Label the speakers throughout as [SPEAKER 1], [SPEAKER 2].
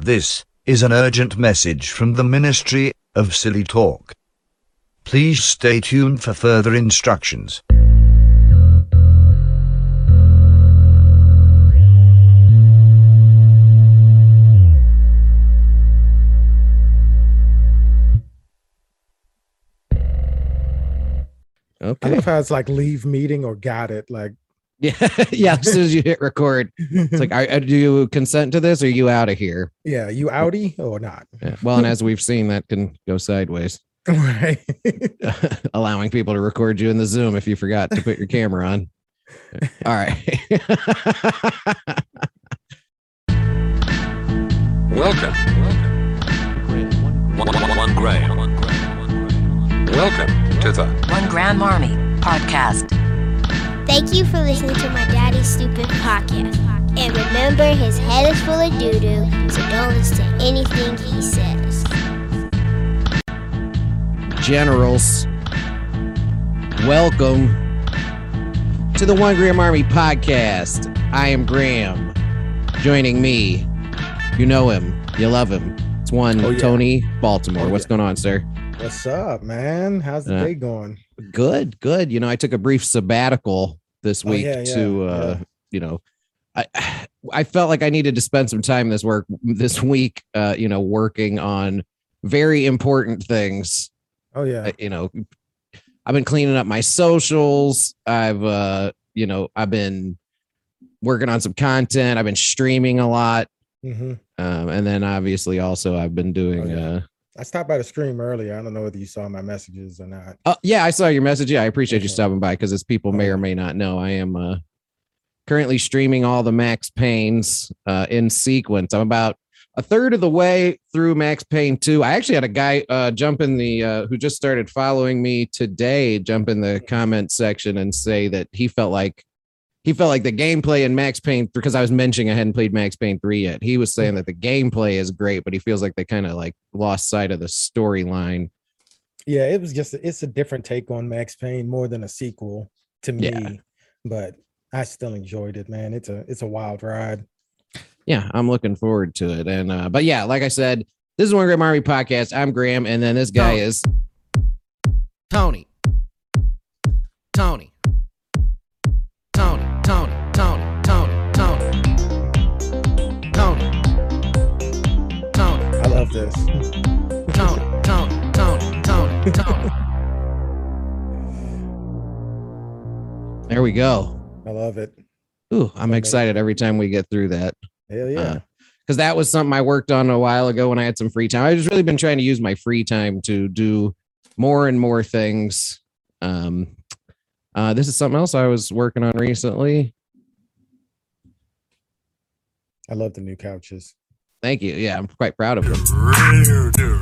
[SPEAKER 1] This is an urgent message from the Ministry of Silly Talk. Please stay tuned for further instructions.
[SPEAKER 2] I
[SPEAKER 3] Okay.
[SPEAKER 2] love how it's like leave meeting or got it. Like,
[SPEAKER 3] Yeah. yeah. As soon as you hit record, it's like, are, are- do you consent to this or are you out of here?
[SPEAKER 2] yeah, you outie or not?
[SPEAKER 3] Yeah. Well, and as we've seen, that can go sideways,
[SPEAKER 2] Right.
[SPEAKER 3] allowing people to record you in the Zoom if you forgot to put your camera on. All right.
[SPEAKER 4] Welcome. One, one, one grain. Welcome to the
[SPEAKER 5] One Grand Marmy Podcast.
[SPEAKER 6] Thank you for listening to my daddy's stupid podcast. And remember, his head is full of doo doo, so don't listen to anything he says.
[SPEAKER 3] generals. Welcome to the One Graham Army podcast. I am Graham. Joining me, you know him, you love him. It's one
[SPEAKER 2] Oh, yeah.
[SPEAKER 3] Tony Baltimore.
[SPEAKER 2] Oh,
[SPEAKER 3] What's
[SPEAKER 2] yeah.
[SPEAKER 3] going on, sir?
[SPEAKER 2] What's up, man? How's the
[SPEAKER 3] Yeah.
[SPEAKER 2] day going?
[SPEAKER 3] Good, good. You know, I took a brief sabbatical this
[SPEAKER 2] Oh,
[SPEAKER 3] week
[SPEAKER 2] yeah, yeah,
[SPEAKER 3] to, uh, you know, I I felt like I needed to spend some time this work this week, uh, you know, working on very important things
[SPEAKER 2] Oh, yeah.
[SPEAKER 3] I- you know i've been cleaning up my socials i've uh you know i've been working on some content i've been streaming a lot
[SPEAKER 2] Mhm.
[SPEAKER 3] um and then obviously also i've been doing
[SPEAKER 2] Oh, yeah.
[SPEAKER 3] uh
[SPEAKER 2] I stopped by the stream earlier. I don't know whether you saw my messages or not.
[SPEAKER 3] oh yeah i saw your message yeah i appreciate you
[SPEAKER 2] Okay.
[SPEAKER 3] stopping by because as people may or may not know i am uh currently streaming all the max pains uh in sequence i'm about a third of the way through Max Payne 2. I actually had a guy uh, jump in the uh, who just started following me today, jump in the comment section and say that he felt like he felt like the gameplay in Max Payne because I was mentioning I hadn't played Max Payne 3 yet. He was saying that the gameplay is great, but he feels like they kind of like lost sight of the storyline.
[SPEAKER 2] Yeah, it was just, it's a different take on Max Payne more than a sequel to me,
[SPEAKER 3] Yeah.
[SPEAKER 2] but I still enjoyed it, man. It's a, it's a wild ride.
[SPEAKER 3] Yeah, I'm looking forward to it. And uh, but yeah, like I said, this is one Graham Army podcast. I'm Graham, and then this guy is Tony. Tony. Tony. Tony. Tony. Tony. Tony. Tony. Tony.
[SPEAKER 2] I love this.
[SPEAKER 3] Tony. Tony. Tony. Tony. Tony. There we go.
[SPEAKER 2] I love it.
[SPEAKER 3] Ooh, I'm
[SPEAKER 2] Okay.
[SPEAKER 3] excited every time we get through that
[SPEAKER 2] Hell yeah.
[SPEAKER 3] Uh, because that was something I worked on a while ago when I had some free time. I just really been trying to use my free time to do more and more things. Um, uh, this is something else I was working on recently.
[SPEAKER 2] I love the new couches.
[SPEAKER 3] Thank you. Yeah, I'm quite proud of them.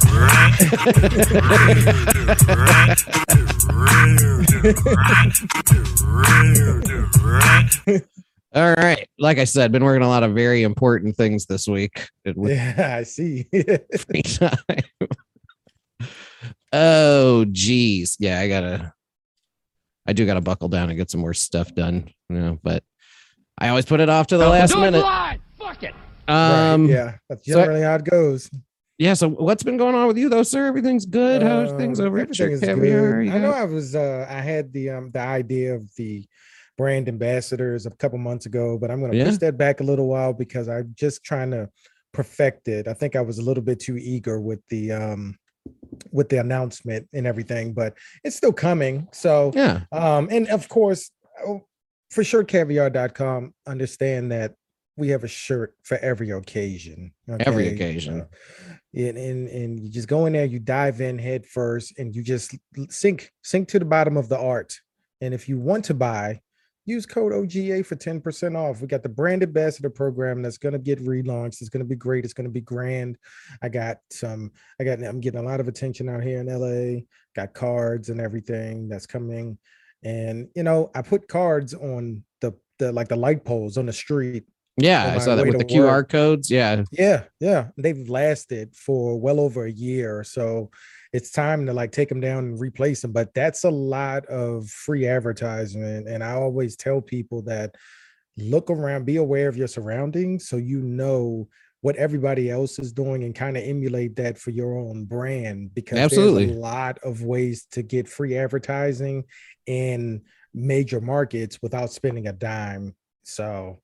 [SPEAKER 3] All right. Like I said, been working on a lot of very important things this week. It was
[SPEAKER 2] Yeah, I see.
[SPEAKER 3] free time. oh, geez. Yeah, I gotta. I do gotta buckle down and get some more stuff done. You know, but I always put it off to the last minute.
[SPEAKER 2] Right,
[SPEAKER 3] Um,
[SPEAKER 2] yeah, that's
[SPEAKER 3] so I-
[SPEAKER 2] generally how it goes.
[SPEAKER 3] Yeah. So what's been going on with you though, sir? Everything's good. How's things
[SPEAKER 2] Um,
[SPEAKER 3] over at
[SPEAKER 2] everything
[SPEAKER 3] Chick
[SPEAKER 2] is
[SPEAKER 3] Caviar?
[SPEAKER 2] good.
[SPEAKER 3] You
[SPEAKER 2] I know
[SPEAKER 3] got-
[SPEAKER 2] I was uh I had the um the idea of the brand ambassadors a couple months ago, but I'm gonna
[SPEAKER 3] Yeah.
[SPEAKER 2] push that back a little while because I'm just trying to perfect it. I think I was a little bit too eager with the um with the announcement and everything, but it's still coming. So
[SPEAKER 3] Yeah.
[SPEAKER 2] um and of course oh, for sure caviar.com understand that we have a shirt for every occasion
[SPEAKER 3] Every
[SPEAKER 2] okay?
[SPEAKER 3] occasion.
[SPEAKER 2] Uh, and, and and you just go in there you dive in head first and you just l- sink sink to the bottom of the art and if you want to buy use code oga for 10% off we got the brand ambassador program that's going to get relaunched it's going to be great it's going to be grand i got some i got i'm getting a lot of attention out here in la got cards and everything that's coming and you know i put cards on the the like the light poles on the street
[SPEAKER 3] Yeah.
[SPEAKER 2] on
[SPEAKER 3] I
[SPEAKER 2] my
[SPEAKER 3] saw that
[SPEAKER 2] way
[SPEAKER 3] with the
[SPEAKER 2] to
[SPEAKER 3] QR
[SPEAKER 2] work.
[SPEAKER 3] codes. Yeah.
[SPEAKER 2] yeah yeah they've lasted for well over a year so it's time to like take them down and replace them but that's a lot of free advertisement and i always tell people that look around be aware of your surroundings so you know what everybody else is doing and kind of emulate that for your own brand because
[SPEAKER 3] Absolutely.
[SPEAKER 2] there's a lot of ways to get free advertising in major markets without spending a dime. So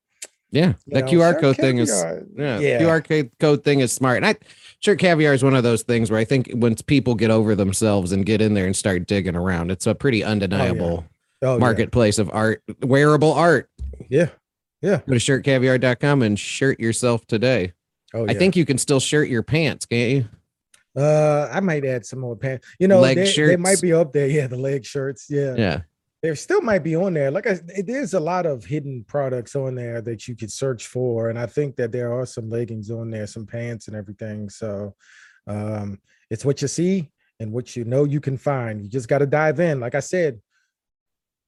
[SPEAKER 3] Yeah,
[SPEAKER 2] you
[SPEAKER 3] that
[SPEAKER 2] know,
[SPEAKER 3] QR
[SPEAKER 2] Sir
[SPEAKER 3] code thing is
[SPEAKER 2] Caviar,
[SPEAKER 3] yeah,
[SPEAKER 2] Yeah.
[SPEAKER 3] QR code- code thing is smart. And I sure caviar is one of those things where I think once people get over themselves and get in there and start digging around, it's a pretty undeniable
[SPEAKER 2] oh, yeah.
[SPEAKER 3] marketplace of art, wearable art.
[SPEAKER 2] Yeah.
[SPEAKER 3] Go to shirtcaviar.com and shirt yourself today.
[SPEAKER 2] Oh,
[SPEAKER 3] I
[SPEAKER 2] yeah.
[SPEAKER 3] think you can still shirt your pants, can't you?
[SPEAKER 2] uh, I might add some more pants. You know,
[SPEAKER 3] Leg
[SPEAKER 2] they, they might
[SPEAKER 3] shirts.
[SPEAKER 2] be up there. Yeah, the leg shirts. Yeah,
[SPEAKER 3] Yeah.
[SPEAKER 2] there still might be on there. Like I, there's a lot of hidden products on there that you could search for, and I think that there are some leggings on there, some pants, and everything. So, um, it's what you see and what you know you can find. You just got to dive in. Like I said,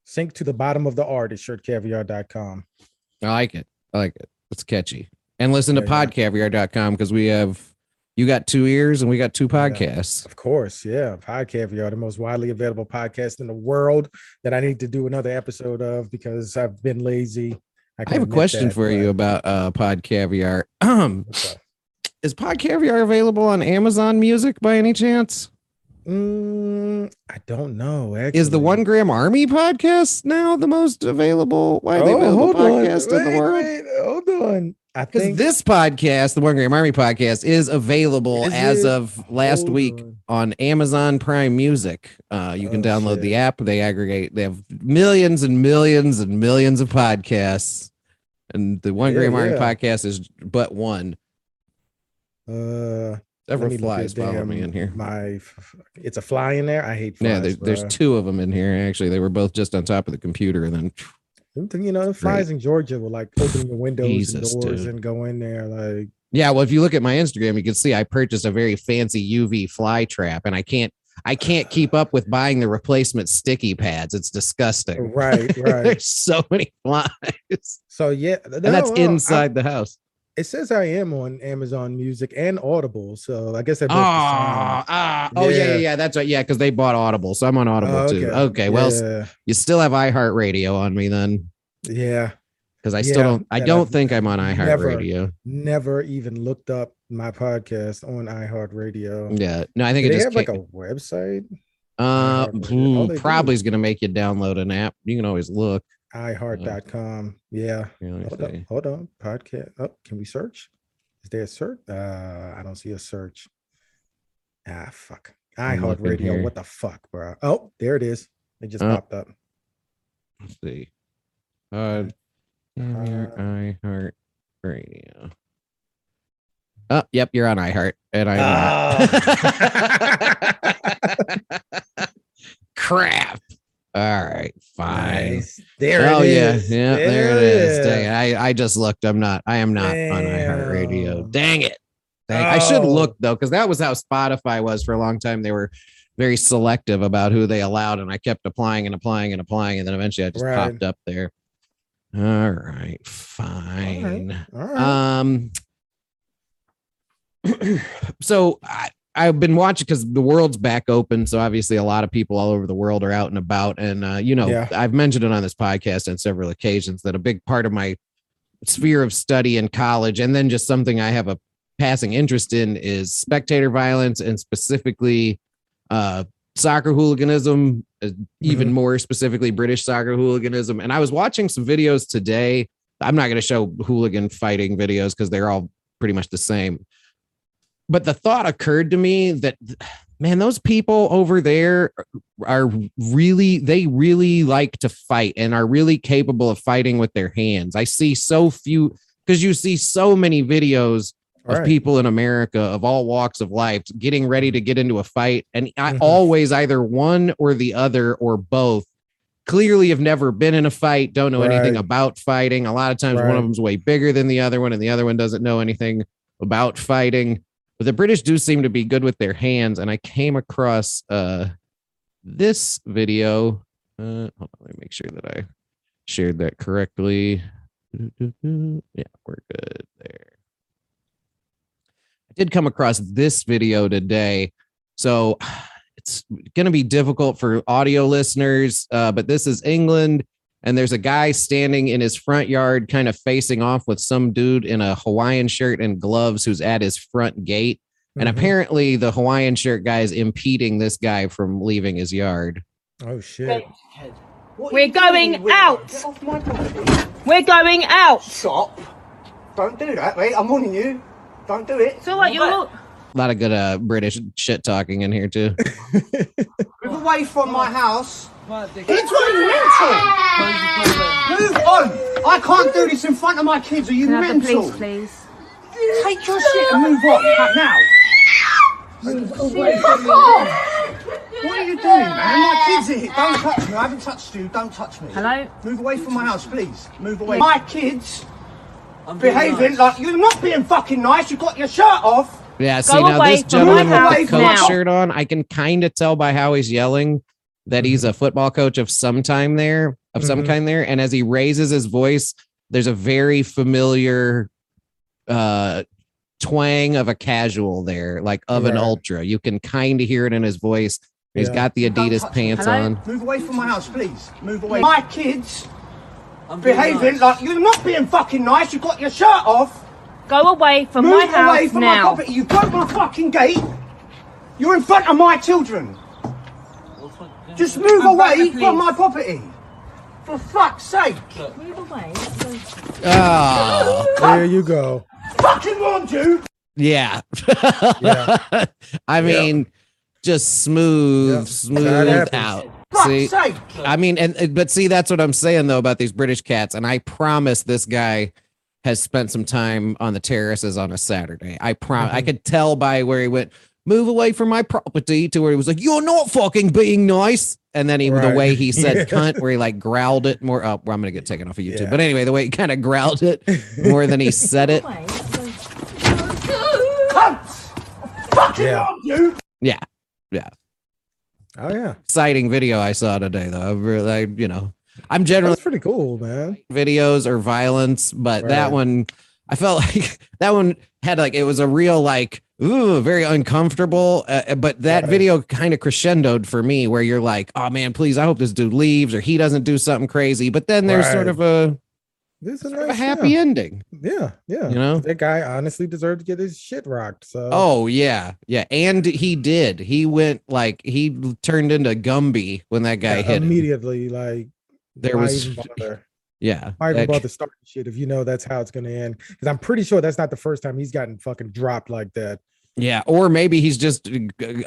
[SPEAKER 2] sink to the bottom of the art at shirtcaviar.com.
[SPEAKER 3] I like it. I like it. It's catchy. And listen to
[SPEAKER 2] Yeah, yeah.
[SPEAKER 3] podcaviar.com because we have you got two ears and we got two
[SPEAKER 2] Yeah.
[SPEAKER 3] podcasts.
[SPEAKER 2] Of course, yeah. Pod Caviar, the most widely available podcast in the world that I need to do another episode of because I've been lazy.
[SPEAKER 3] I have a question for you about uh Pod Caviar. Um is Pod Caviar available on Amazon Music by any chance?
[SPEAKER 2] Mm, I don't know. Actually.
[SPEAKER 3] Is the One Gram Army podcast now the most available, widely
[SPEAKER 2] oh,
[SPEAKER 3] available
[SPEAKER 2] hold on.
[SPEAKER 3] podcast in
[SPEAKER 2] Wait,
[SPEAKER 3] the world?
[SPEAKER 2] wait, hold on. I
[SPEAKER 3] Because
[SPEAKER 2] think
[SPEAKER 3] this podcast, the One Gram Army podcast, is available
[SPEAKER 2] Is
[SPEAKER 3] as
[SPEAKER 2] it?
[SPEAKER 3] of last
[SPEAKER 2] Hold
[SPEAKER 3] week on
[SPEAKER 2] on.
[SPEAKER 3] Amazon Prime Music. Uh, you can
[SPEAKER 2] Oh,
[SPEAKER 3] download
[SPEAKER 2] shit.
[SPEAKER 3] the app. They aggregate. They have millions and millions and millions of podcasts, and the One
[SPEAKER 2] Yeah,
[SPEAKER 3] Gram Army
[SPEAKER 2] yeah.
[SPEAKER 3] podcast is but one.
[SPEAKER 2] Uh, let
[SPEAKER 3] Several
[SPEAKER 2] me look
[SPEAKER 3] flies
[SPEAKER 2] at
[SPEAKER 3] follow me
[SPEAKER 2] damn
[SPEAKER 3] in here.
[SPEAKER 2] My, f- it's a fly in there. I hate flies.
[SPEAKER 3] yeah, there, there's
[SPEAKER 2] bruh.
[SPEAKER 3] two of them in here. Actually, they were both just on top of the computer, and then
[SPEAKER 2] Them thing- You know, the flies in Georgia will like open your windows
[SPEAKER 3] Jesus,
[SPEAKER 2] and doors
[SPEAKER 3] dude.
[SPEAKER 2] and go in there. Like,
[SPEAKER 3] yeah. Well, if you look at my Instagram, you can see I purchased a very fancy UV fly trap, and I can't. I can't keep up with buying the replacement sticky pads. It's disgusting.
[SPEAKER 2] right, right.
[SPEAKER 3] There's so many flies.
[SPEAKER 2] So yeah,
[SPEAKER 3] and that's inside the house.
[SPEAKER 2] it says I am on Amazon Music and Audible, so I guess that.
[SPEAKER 3] Oh, ah, oh yeah, yeah,
[SPEAKER 2] Yeah.
[SPEAKER 3] yeah. That's right. Yeah, because they bought Audible, so I'm on Audible
[SPEAKER 2] Oh,
[SPEAKER 3] too.
[SPEAKER 2] okay.
[SPEAKER 3] Okay, well, s-
[SPEAKER 2] yeah,
[SPEAKER 3] you still have iHeartRadio on me then,
[SPEAKER 2] yeah,
[SPEAKER 3] because I still
[SPEAKER 2] Yeah,
[SPEAKER 3] don't. I
[SPEAKER 2] that
[SPEAKER 3] don't
[SPEAKER 2] I've
[SPEAKER 3] think I'm on
[SPEAKER 2] never-
[SPEAKER 3] iHeartRadio.
[SPEAKER 2] never even looked up my podcast on iHeartRadio.
[SPEAKER 3] Yeah, no, I think
[SPEAKER 2] Do
[SPEAKER 3] it
[SPEAKER 2] they
[SPEAKER 3] just
[SPEAKER 2] have like
[SPEAKER 3] ca-
[SPEAKER 2] a website?
[SPEAKER 3] uh,
[SPEAKER 2] iHeartRadio?
[SPEAKER 3] ooh,
[SPEAKER 2] Oh, they do.
[SPEAKER 3] probably is gonna make you download an app. You can always look.
[SPEAKER 2] iHeart.com. Yeah.
[SPEAKER 3] You know, Mm-hmm. let me
[SPEAKER 2] Hold on,
[SPEAKER 3] see.
[SPEAKER 2] hold on. Podcast. Oh, can we search? Is there a search? Uh, I don't see a search. Ah, fuck.
[SPEAKER 3] I'm looking
[SPEAKER 2] iHeartRadio.
[SPEAKER 3] here.
[SPEAKER 2] What the fuck, bro? Oh, there it is. It just
[SPEAKER 3] Oh.
[SPEAKER 2] popped up.
[SPEAKER 3] Let's see. Uh, iHeart Radio. Oh, yep, you're on iHeart, and I'm not. crap. All right, fine.
[SPEAKER 2] Nice. There
[SPEAKER 3] oh
[SPEAKER 2] it
[SPEAKER 3] yeah,
[SPEAKER 2] is.
[SPEAKER 3] yeah, there it is. Dang
[SPEAKER 2] is.
[SPEAKER 3] it. I, I just looked. I'm not. I am not on iHeart Radio.
[SPEAKER 2] Damn.
[SPEAKER 3] Dang it. Dang- I should
[SPEAKER 2] Oh.
[SPEAKER 3] look though, because that was how Spotify was for a long time. They were very selective about who they allowed, and I kept applying and applying and applying, and then eventually I just
[SPEAKER 2] Right.
[SPEAKER 3] popped up there. All right, fine.
[SPEAKER 2] All right.
[SPEAKER 3] Um, so I, I've been watching because the world's back open. So obviously, a lot of people all over the world are out and about. And, uh, you know,
[SPEAKER 2] Yeah.
[SPEAKER 3] I've mentioned it on this podcast on several occasions that a big part of my sphere of study in college and then just something I have a passing interest in is spectator violence and specifically uh, soccer hooliganism, uh, even more specifically British soccer hooliganism. And I was watching some videos today I'm not going to show hooligan fighting videos because they're all pretty much the same. But the thought occurred to me that, man, those people over there are really, they really like to fight and are really capable of fighting with their hands. I see so few, because you see so many videos of
[SPEAKER 2] Right.
[SPEAKER 3] people in America of all walks of life getting ready to get into a fight. And I
[SPEAKER 2] Mhm.
[SPEAKER 3] always either one or the other or both clearly have never been in a fight, don't know anything
[SPEAKER 2] Right.
[SPEAKER 3] about fighting. A lot of times one of
[SPEAKER 2] Right.
[SPEAKER 3] them's way bigger than the other one and the other one doesn't know anything about fighting. But the British do seem to be good with their hands. And I came across uh, this video. Uh, hold on, let me make sure that I shared that correctly. Yeah, we're good there. I did come across this video today. So it's going to be difficult for audio listeners, uh, but this is England and there's a guy standing in his front yard, kind of facing off with some dude in a Hawaiian shirt and gloves who's at his front gate. And
[SPEAKER 2] Mhm.
[SPEAKER 3] apparently, the Hawaiian shirt guy is impeding this guy from leaving his yard.
[SPEAKER 2] Oh shit.
[SPEAKER 7] We're going out. We're going out.
[SPEAKER 8] Stop. Don't do that, mate. I'm warning you. Don't do it.
[SPEAKER 7] So what? You're all-
[SPEAKER 3] A lot of good uh, British shit talking in here, too.
[SPEAKER 8] Move away from my house. It's what you mental. Move on. I can't do this in front of my kids. Are you
[SPEAKER 7] Can I have the
[SPEAKER 8] mental?
[SPEAKER 7] police, please?
[SPEAKER 8] Take your shit and move on now. What are you doing, man? My kids are here. Don't touch me. I haven't touched you. Don't touch me.
[SPEAKER 7] Hello?
[SPEAKER 8] Move away from my house, please. Move away. My kids behaving like you're not being fucking nice. You got your shirt off.
[SPEAKER 3] Yeah,
[SPEAKER 7] Go
[SPEAKER 3] see now
[SPEAKER 7] away
[SPEAKER 3] this
[SPEAKER 7] from my
[SPEAKER 3] gentleman with the
[SPEAKER 8] house
[SPEAKER 3] coach
[SPEAKER 8] now.
[SPEAKER 3] shirt on, I can kind of tell by how he's yelling that he's
[SPEAKER 2] Mm-hmm.
[SPEAKER 3] a football coach of some time there, of some
[SPEAKER 2] Mhm.
[SPEAKER 3] kind there. And as he raises his voice, there's a very familiar uh twang of a casual there, like of an
[SPEAKER 2] Right.
[SPEAKER 3] ultra. You can kind of hear it in his voice. He's
[SPEAKER 2] Yeah.
[SPEAKER 3] got the Adidas pants
[SPEAKER 7] Hello?
[SPEAKER 3] on.
[SPEAKER 8] Move away from my house, please. Move away. My kids behaving like you're not being fucking nice. You got your shirt off.
[SPEAKER 7] Go away from
[SPEAKER 8] Move
[SPEAKER 7] my
[SPEAKER 8] away
[SPEAKER 7] house
[SPEAKER 8] from my
[SPEAKER 7] now.
[SPEAKER 8] property. You broke my fucking gate. You're in front of my children. Just move away from my property. For fuck's sake.
[SPEAKER 7] Move away.
[SPEAKER 2] Ah.
[SPEAKER 3] Oh,
[SPEAKER 2] There you go.
[SPEAKER 8] Fucking warned you.
[SPEAKER 3] yeah.
[SPEAKER 2] Yeah.
[SPEAKER 3] I mean, just smooth,
[SPEAKER 2] Yeah.
[SPEAKER 3] smooth
[SPEAKER 2] That happens.
[SPEAKER 3] out.
[SPEAKER 8] Fuck's
[SPEAKER 3] See,
[SPEAKER 8] sake.
[SPEAKER 3] I mean, and- and but see, that's what I'm saying though about these British cats. And I promise this guy has spent some time on the terraces on a Saturday. I prom
[SPEAKER 2] Mm-hmm.
[SPEAKER 3] I could tell by where he went, move away from my property to where he was like, You're not fucking being nice. And then he, the
[SPEAKER 2] Right.
[SPEAKER 3] way he said
[SPEAKER 2] Yeah.
[SPEAKER 3] cunt, where he like growled it more up. well, I'm gonna get taken off of YouTube.
[SPEAKER 2] Yeah.
[SPEAKER 3] But anyway, the way he kind of growled it more than he said it.
[SPEAKER 8] Cunt. Fucking
[SPEAKER 2] Yeah.
[SPEAKER 8] warned you.
[SPEAKER 2] Oh yeah.
[SPEAKER 3] Exciting video I saw today though. I really, I, you know, I'm generally
[SPEAKER 2] That's pretty cool, man.
[SPEAKER 3] videos or violence, but that
[SPEAKER 2] Right.
[SPEAKER 3] one I felt like that one had like it was a real like ooh very uncomfortable. Uh, but that
[SPEAKER 2] Right.
[SPEAKER 3] video kind of crescendoed for me where you're like, oh man, please, I hope this dude leaves or he doesn't do something crazy. But then there's sort
[SPEAKER 2] Right.
[SPEAKER 3] of a,
[SPEAKER 2] This is
[SPEAKER 3] sort of a
[SPEAKER 2] nice,
[SPEAKER 3] happy
[SPEAKER 2] yeah.
[SPEAKER 3] ending,
[SPEAKER 2] Yeah, yeah.
[SPEAKER 3] you know?
[SPEAKER 2] That guy honestly deserved to get his shit rocked. So
[SPEAKER 3] Oh yeah, yeah, and he did. He went like he turned into Gumby when that guy
[SPEAKER 2] Yeah,
[SPEAKER 3] hit. him.
[SPEAKER 2] immediately, like
[SPEAKER 3] There
[SPEAKER 2] why
[SPEAKER 3] was-
[SPEAKER 2] even bother?
[SPEAKER 3] Yeah,
[SPEAKER 2] Why even
[SPEAKER 3] that-
[SPEAKER 2] bother starting shit if you know that's how it's gonna end? Because I'm pretty sure that's not the first time he's gotten fucking dropped like that.
[SPEAKER 3] Yeah, or maybe he's just uh,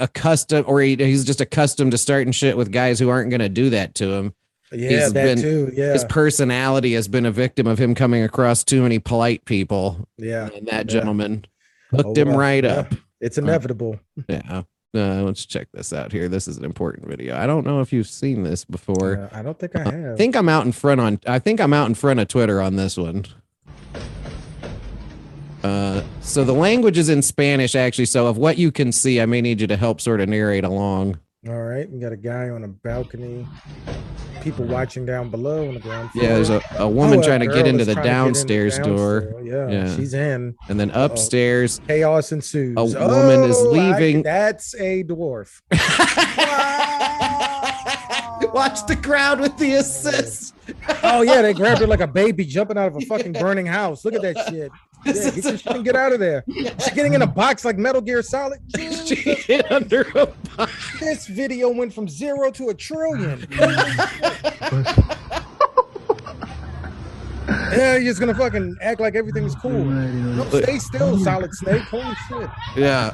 [SPEAKER 3] accustomed, or he, he's just accustomed to starting shit with guys who aren't going to do that to him.
[SPEAKER 2] Yeah,
[SPEAKER 3] He's
[SPEAKER 2] that
[SPEAKER 3] been-
[SPEAKER 2] too. Yeah,
[SPEAKER 3] His personality has been a victim of him coming across too many polite people,
[SPEAKER 2] yeah.
[SPEAKER 3] and that
[SPEAKER 2] yeah.
[SPEAKER 3] gentleman
[SPEAKER 2] Oh,
[SPEAKER 3] hooked him
[SPEAKER 2] well,
[SPEAKER 3] right
[SPEAKER 2] yeah.
[SPEAKER 3] up.
[SPEAKER 2] It's
[SPEAKER 3] Right.
[SPEAKER 2] inevitable.
[SPEAKER 3] Yeah. Uh, let's check this out here. This is an important video. I don't know if you've seen this before.
[SPEAKER 2] Yeah, I don't think I have.
[SPEAKER 3] I think I'm out in front on. I think I'm out in front of Twitter on this one. Uh, so the language is in Spanish, actually. So of what you can see, I may need you to help sort of narrate along.
[SPEAKER 2] All right, we got a guy on a balcony. People watching down below on the ground floor.
[SPEAKER 3] Yeah, there's a, a
[SPEAKER 2] Oh,
[SPEAKER 3] woman
[SPEAKER 2] a
[SPEAKER 3] trying to
[SPEAKER 2] girl
[SPEAKER 3] get into
[SPEAKER 2] is
[SPEAKER 3] the
[SPEAKER 2] trying to get in the
[SPEAKER 3] downstairs door,
[SPEAKER 2] downstairs. Yeah,
[SPEAKER 3] Yeah.
[SPEAKER 2] she's in.
[SPEAKER 3] and then upstairs.
[SPEAKER 2] Chaos ensues.
[SPEAKER 3] A woman is
[SPEAKER 2] Oh, I-
[SPEAKER 3] leaving.
[SPEAKER 2] that's a dwarf.
[SPEAKER 3] Watch the crowd with the assist.
[SPEAKER 2] Oh yeah, they grabbed her like a baby jumping out of a fucking burning house. Look at that shit.
[SPEAKER 3] This
[SPEAKER 2] Yeah,
[SPEAKER 3] is
[SPEAKER 2] get, your shit and get out of there. She's getting in a box like Metal Gear Solid.
[SPEAKER 3] she hid under a box.
[SPEAKER 2] This video went from zero to a trillion. yeah, you're just gonna fucking act like everything is cool. No, stay still, Solid Snake. Holy shit.
[SPEAKER 3] Yeah.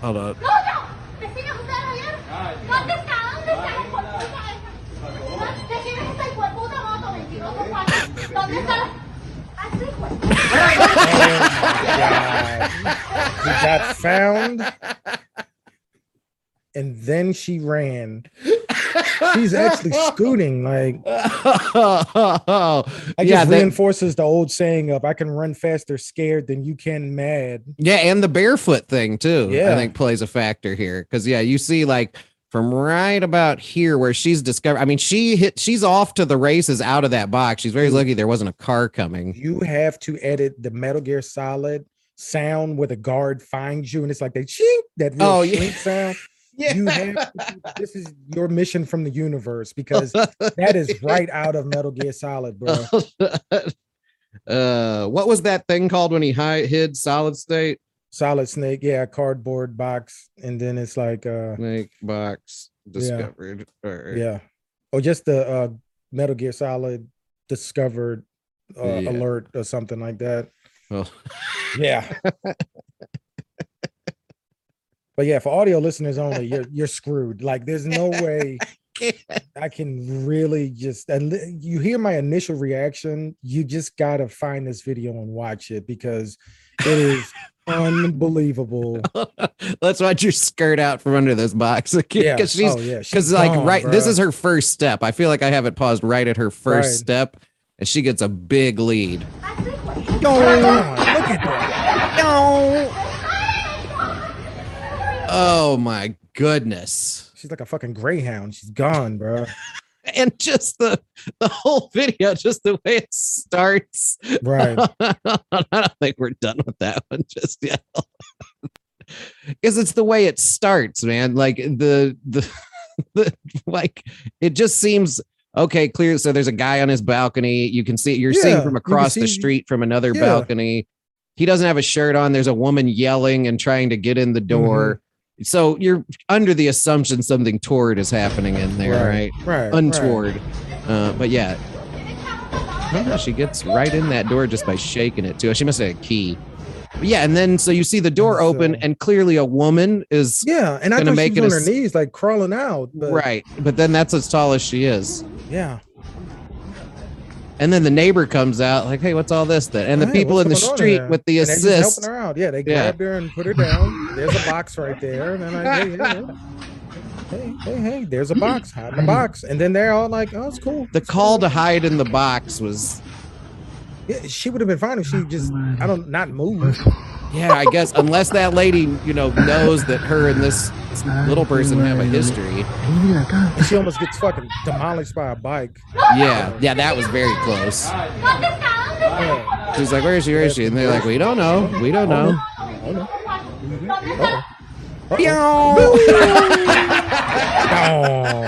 [SPEAKER 3] Hold on.
[SPEAKER 2] He got found. And then she ran. She's actually scooting. Like, I
[SPEAKER 3] yeah,
[SPEAKER 2] just
[SPEAKER 3] that-
[SPEAKER 2] reinforces the old saying of I can run faster scared than you can mad.
[SPEAKER 3] yeah, and the barefoot thing too. I
[SPEAKER 2] Yeah.
[SPEAKER 3] think plays a factor here because yeah, you see like from right about here where she's discovered. I mean, she hit. She's off to the races out of that box. She's
[SPEAKER 2] Mm-hmm.
[SPEAKER 3] very lucky there wasn't a car coming.
[SPEAKER 2] You have to edit the Metal Gear Solid sound where the guard finds you and it's like they chink that real
[SPEAKER 3] Oh,
[SPEAKER 2] oh,
[SPEAKER 3] yeah.
[SPEAKER 2] sound. You have this is your mission from the universe because
[SPEAKER 3] Oh,
[SPEAKER 2] that is right out of Metal Gear Solid, bro.
[SPEAKER 3] uh, what was that thing called when he hi- hid solid state
[SPEAKER 2] Solid Snake, yeah, cardboard box, and then it's like, uh,
[SPEAKER 3] make box discovered? Or,
[SPEAKER 2] yeah, or just the uh, Metal Gear Solid discovered uh,
[SPEAKER 3] Yeah.
[SPEAKER 2] alert or something like that.
[SPEAKER 3] Oh.
[SPEAKER 2] Yeah. But yeah, for audio listeners only, you're you're screwed. Like, there's no way I can really just. and li- You hear my initial reaction. You just gotta find this video and watch it because it is unbelievable.
[SPEAKER 3] Let's watch your skirt out from under this box
[SPEAKER 2] Yeah.
[SPEAKER 3] because she's
[SPEAKER 2] oh, yeah.
[SPEAKER 3] because
[SPEAKER 2] she's
[SPEAKER 3] like
[SPEAKER 2] gone,
[SPEAKER 3] right this
[SPEAKER 2] bruh.
[SPEAKER 3] is her first step i feel like i have it paused right at her first
[SPEAKER 2] Right.
[SPEAKER 3] step and she gets a big lead
[SPEAKER 2] Gone. Look at that.
[SPEAKER 3] oh my goodness
[SPEAKER 2] She's like a fucking greyhound. She's gone, bro.
[SPEAKER 3] and just the the whole video just the way it starts
[SPEAKER 2] Right.
[SPEAKER 3] i don't think we're done with that one just yet because it's the way it starts man like the the, the like it just seems okay clear so there's a guy on his balcony you can see you're
[SPEAKER 2] Yeah,
[SPEAKER 3] seeing
[SPEAKER 2] you
[SPEAKER 3] from
[SPEAKER 2] can
[SPEAKER 3] across the
[SPEAKER 2] see-
[SPEAKER 3] street from another
[SPEAKER 2] yeah.
[SPEAKER 3] balcony he doesn't have a shirt on there's a woman yelling and trying to get in the door
[SPEAKER 2] Mm-hmm.
[SPEAKER 3] so you're under the assumption something toward is happening in there right,
[SPEAKER 2] Right.
[SPEAKER 3] untoward uh, but yeah I don't know. She gets right in that door just by shaking it too. She must have had a key. But yeah, and then so you see the door
[SPEAKER 2] And
[SPEAKER 3] open,
[SPEAKER 2] so-
[SPEAKER 3] and clearly a woman is
[SPEAKER 2] uh, Yeah, and I
[SPEAKER 3] Gonna
[SPEAKER 2] thought
[SPEAKER 3] make
[SPEAKER 2] she
[SPEAKER 3] it
[SPEAKER 2] was
[SPEAKER 3] a
[SPEAKER 2] on
[SPEAKER 3] s-
[SPEAKER 2] her knees, like crawling out. But
[SPEAKER 3] right. But then that's as tall as she is.
[SPEAKER 2] Yeah.
[SPEAKER 3] And then the neighbor comes out, like, "Hey, what's all this?" Then and the
[SPEAKER 2] Hey,
[SPEAKER 3] people
[SPEAKER 2] what's
[SPEAKER 3] in the
[SPEAKER 2] going on
[SPEAKER 3] street
[SPEAKER 2] here?
[SPEAKER 3] with the
[SPEAKER 2] And they just
[SPEAKER 3] assist.
[SPEAKER 2] helping her out. Yeah, they
[SPEAKER 3] Yeah.
[SPEAKER 2] grabbed her and put her down. There's a box right there, and I'm like, hey, yeah, hey, hey, hey, there's a box, hide in the box, and then they're all like, oh, it's cool.
[SPEAKER 3] The call to hide in the box was,
[SPEAKER 2] Yeah, she would have been fine if she just, I don't, not move.
[SPEAKER 3] yeah, I guess unless that lady, you know, knows that her and this little person have a history.
[SPEAKER 2] And she almost gets fucking demolished by a bike.
[SPEAKER 3] Yeah, yeah, that was very close.
[SPEAKER 2] Yeah.
[SPEAKER 3] She's like, "Where is she? Where is she?" And they're like, "We don't know. We don't know."
[SPEAKER 2] Oh, no. Mhm. Uh-oh.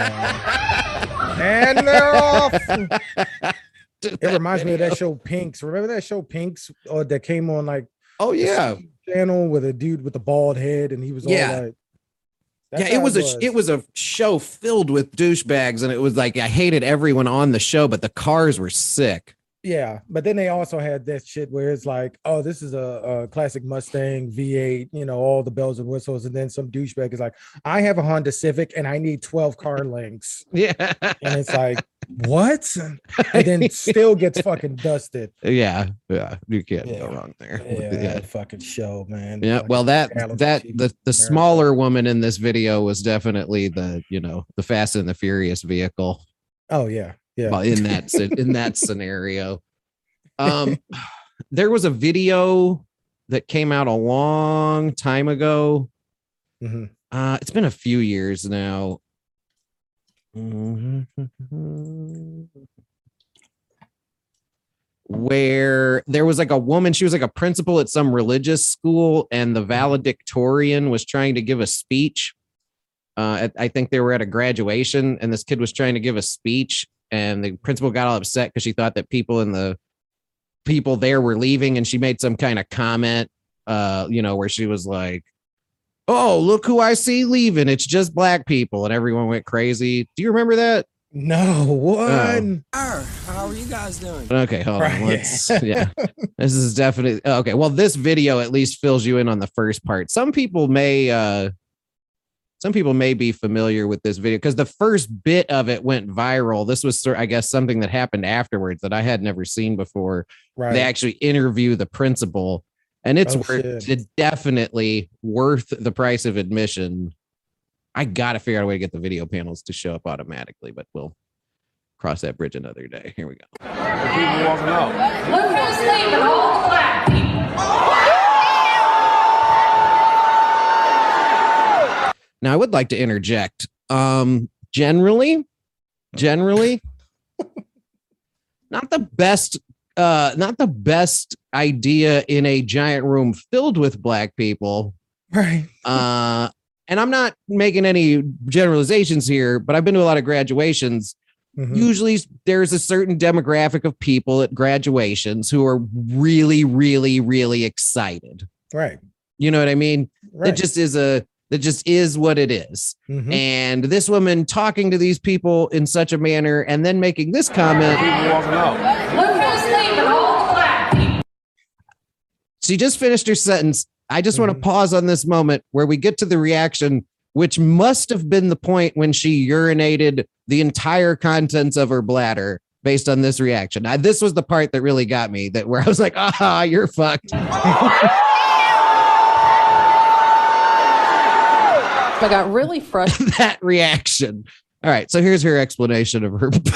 [SPEAKER 2] Uh-oh. and they're off. It reminds me of that show Pinks. Remember that show Pinks or that came on like
[SPEAKER 3] Oh yeah,
[SPEAKER 2] channel with a dude with a bald head and he was all
[SPEAKER 3] Yeah.
[SPEAKER 2] like That's
[SPEAKER 3] yeah,
[SPEAKER 2] how
[SPEAKER 3] it was, a it was a show filled with douchebags, and it was like I hated everyone on the show, but the cars were sick.
[SPEAKER 2] yeah, but then they also had that shit where it's like, oh, this is a, a classic Mustang V8, you know, all the bells and whistles, and then some douchebag is like, I have a Honda Civic and I need 12 car links,
[SPEAKER 3] Yeah,
[SPEAKER 2] and it's like, what? And then still gets fucking dusted.
[SPEAKER 3] yeah, yeah. You can't
[SPEAKER 2] Yeah.
[SPEAKER 3] go wrong there.
[SPEAKER 2] Yeah,
[SPEAKER 3] yeah.
[SPEAKER 2] that fucking show, man.
[SPEAKER 3] Yeah,
[SPEAKER 2] Fucking
[SPEAKER 3] well, that
[SPEAKER 2] talented
[SPEAKER 3] that
[SPEAKER 2] people
[SPEAKER 3] the,
[SPEAKER 2] from
[SPEAKER 3] the
[SPEAKER 2] America.
[SPEAKER 3] smaller woman in this video was definitely the you know the Fast and the Furious vehicle.
[SPEAKER 2] Oh yeah, yeah.
[SPEAKER 3] Well, in that sce- in that scenario, um, there was a video that came out a long time ago
[SPEAKER 2] Mhm.
[SPEAKER 3] Uh, it's been a few years now. Mm-hmm. Where there was like a woman, she was like a principal at some religious school, and the valedictorian was trying to give a speech. Uh, at- I think they were at a graduation, and this kid was trying to give a speech, and the principal got all upset because she thought that people in the people there were leaving, and she made some kind of comment, uh, you know, where she was like, oh look who i see leaving it's just black people and everyone went crazy do you remember that
[SPEAKER 2] No one.
[SPEAKER 3] Oh. okay hold
[SPEAKER 2] Right.
[SPEAKER 3] on let's yeah this is definitely okay well this video at least fills you in on the first part some people may uh some people may be familiar with this video because the first bit of it went viral this was sort- i guess something that happened afterwards that i had never seen before
[SPEAKER 2] Right.
[SPEAKER 3] they actually interview the principal and it's
[SPEAKER 2] Oh,
[SPEAKER 3] worth
[SPEAKER 2] shit.
[SPEAKER 3] it's definitely worth the price of admission i gotta figure out a way to get the video panels to show up automatically but we'll cross that bridge another day here we go
[SPEAKER 7] Look who's leaving all the black people.
[SPEAKER 3] now i would like to interject um generally generally not the best uh not the best idea in a giant room filled with black people
[SPEAKER 2] right.
[SPEAKER 3] uh and I'm not making any generalizations here, but I've been to a lot of graduations.
[SPEAKER 2] Mhm.
[SPEAKER 3] Usually there's a certain demographic of people at graduations who are really, really, really excited.
[SPEAKER 2] Right.
[SPEAKER 3] You know what I mean?
[SPEAKER 2] Right.
[SPEAKER 3] It just is a that just is what it is.
[SPEAKER 2] Mhm.
[SPEAKER 3] And this woman talking to these people in such a manner and then making this comment.
[SPEAKER 7] Look who's leaving all the black people.
[SPEAKER 3] she just finished her sentence. I just want
[SPEAKER 2] Mhm.
[SPEAKER 3] to pause on this moment where we get to the reaction, which must have been the point when she urinated the entire contents of her bladder based on this reaction. I, this was the part that really got me that where I was like, ah, you're fucked.
[SPEAKER 9] I got really frustrated.
[SPEAKER 3] that reaction. All right. So here's her explanation of her.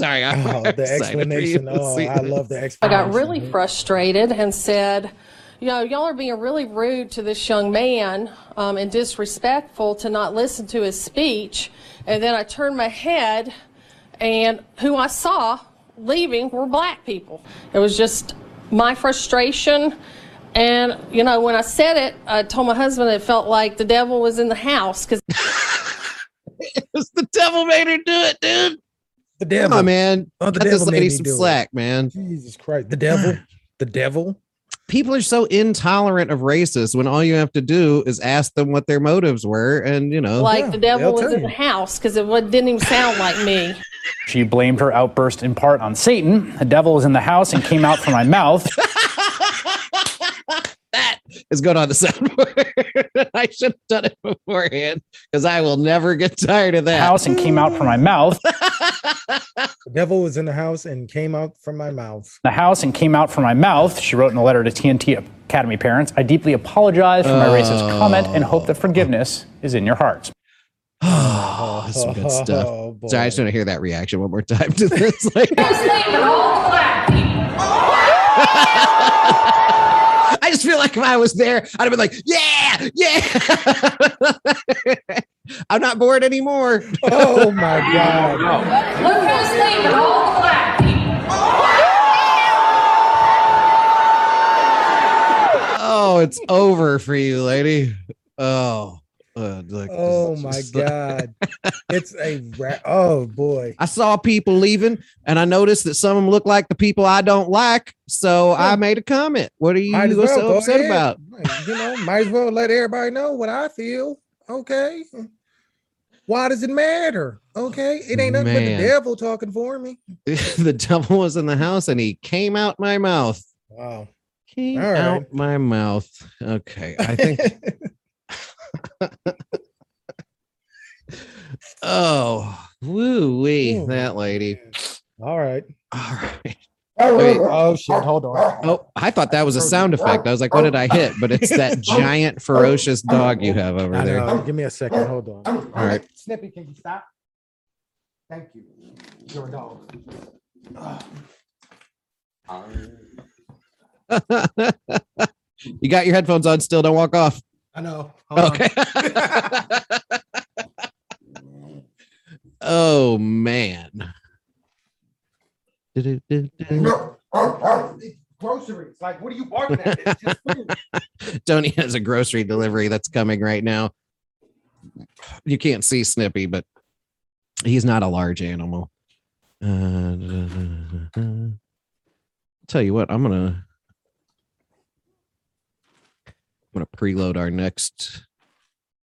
[SPEAKER 3] Sorry. I'm
[SPEAKER 2] Oh, the
[SPEAKER 3] excited for you
[SPEAKER 2] explanation.
[SPEAKER 3] to
[SPEAKER 2] Oh,
[SPEAKER 3] see
[SPEAKER 2] I
[SPEAKER 3] this.
[SPEAKER 2] love the
[SPEAKER 9] I
[SPEAKER 2] explanation.
[SPEAKER 9] got really frustrated and said, you know, y'all are being really rude to this young man um, and disrespectful to not listen to his speech. And then I turned my head, and who I saw leaving were black people. It was just my frustration. And, you know, when I said it, I told my husband it felt like the devil was in the house because
[SPEAKER 3] It was the devil made her do it, dude.
[SPEAKER 2] The
[SPEAKER 3] Come
[SPEAKER 2] devil.
[SPEAKER 3] on, man.
[SPEAKER 2] Oh, the
[SPEAKER 3] Let this
[SPEAKER 2] devil made
[SPEAKER 3] lady
[SPEAKER 2] me
[SPEAKER 3] some
[SPEAKER 2] do it.
[SPEAKER 3] slack, man.
[SPEAKER 2] Jesus Christ. The devil. The devil.
[SPEAKER 3] people are so intolerant of racists when all you have to do is ask them what their motives were and you
[SPEAKER 8] Oh,
[SPEAKER 3] know
[SPEAKER 9] like
[SPEAKER 2] yeah,
[SPEAKER 9] the devil
[SPEAKER 2] they'll
[SPEAKER 9] was
[SPEAKER 2] tell
[SPEAKER 9] in the
[SPEAKER 2] you.
[SPEAKER 9] house because it wa- didn't even sound like me.
[SPEAKER 10] She blamed her outburst in part on Satan. The devil was in the house and came out from my mouth.
[SPEAKER 3] that is going on the soundboard i should have done it beforehand because i will never get tired of that
[SPEAKER 10] House and came out from my mouth.
[SPEAKER 2] The devil was in the house and came out from my mouth.
[SPEAKER 10] The house and came out from my mouth. She wrote in a letter to TNT Academy parents. I deeply apologize for my racist comment and hope that forgiveness is in your hearts.
[SPEAKER 3] oh, that's some good stuff
[SPEAKER 2] Oh, boy.
[SPEAKER 3] sorry i just want to hear that reaction one more time to this like
[SPEAKER 7] Who's leaving all the black people?
[SPEAKER 3] i just feel like if i was there i'd have been like yeah yeah i'm not bored anymore
[SPEAKER 2] Oh my God.
[SPEAKER 7] Look who's leaving all the black people.
[SPEAKER 3] oh, it's over for you, lady. Oh, uh, like,
[SPEAKER 2] Oh
[SPEAKER 3] it's
[SPEAKER 2] my
[SPEAKER 3] just like-
[SPEAKER 2] God. It's a ra- oh boy.
[SPEAKER 3] I saw people leaving, and I noticed that some of them look like the people I don't like. So I made a comment. What are you
[SPEAKER 2] Might as well
[SPEAKER 3] so
[SPEAKER 2] go
[SPEAKER 3] upset
[SPEAKER 2] ahead.
[SPEAKER 3] about?
[SPEAKER 2] Like, You know, might as well let everybody know what I feel. Okay. Why does it matter? Okay. It ain't nothing but
[SPEAKER 3] Man.
[SPEAKER 2] the devil talking for me.
[SPEAKER 3] the devil was in the house, and he came out my mouth.
[SPEAKER 2] Wow.
[SPEAKER 3] Came
[SPEAKER 2] All right.
[SPEAKER 3] out my mouth. Okay, I think. oh, woo wee,
[SPEAKER 2] Ooh.
[SPEAKER 3] that lady.
[SPEAKER 2] All right.
[SPEAKER 3] All right. Wait.
[SPEAKER 2] Oh shit. Hold on.
[SPEAKER 3] Oh, I thought that was a sound effect. I was like,
[SPEAKER 2] Oh,
[SPEAKER 3] what did I hit? But it's that giant ferocious dog you have over
[SPEAKER 2] I
[SPEAKER 3] there.
[SPEAKER 2] know. Um, Give me a second. Hold on.
[SPEAKER 3] All right.
[SPEAKER 8] Snippy, can you stop? Thank you. You're a dog.
[SPEAKER 3] you got your headphones on still. Don't walk off.
[SPEAKER 8] I know.
[SPEAKER 3] Okay. oh man. oh,
[SPEAKER 8] Groceries. Like, what are you barking at? It's just food.
[SPEAKER 3] Tony has a grocery delivery that's coming right now. You can't see Snippy, but he's not a large animal. Uh, tell you what, I'm gonna I'm gonna preload our next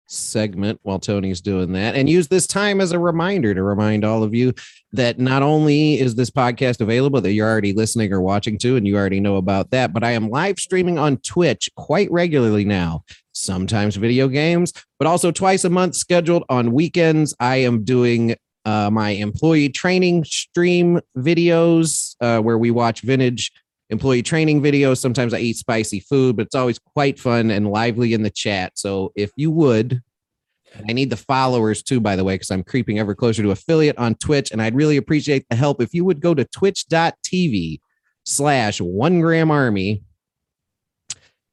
[SPEAKER 3] segment while Tony's doing that and use this time as a reminder to remind all of you that not only is this podcast available that you're already listening or watching to and you already know about that, but I am live streaming on Twitch quite regularly now. Sometimes video games, but also twice a month scheduled on weekends. I am doing uh, my employee training stream videos uh, where we watch vintage employee training videos. Sometimes I eat spicy food, but it's always quite fun and lively in the chat. So if you would, I need the followers too, by the way, because I'm creeping ever closer to affiliate on Twitch. And I'd really appreciate the help if you would go to twitch.tv slash one gram army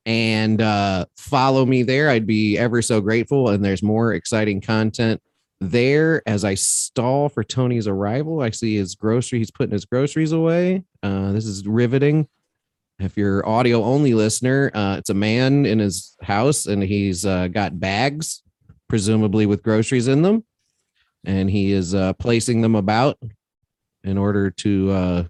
[SPEAKER 3] and uh, follow me there. I'd be ever so grateful. And there's more exciting content there as I stall for Tony's arrival. I see his grocery. He's putting his groceries away. Uh, this is riveting. if you're audio only listener, uh, it's a man in his house and he's uh, got bags, presumably with groceries in them, and he is uh, placing them about in order to uh,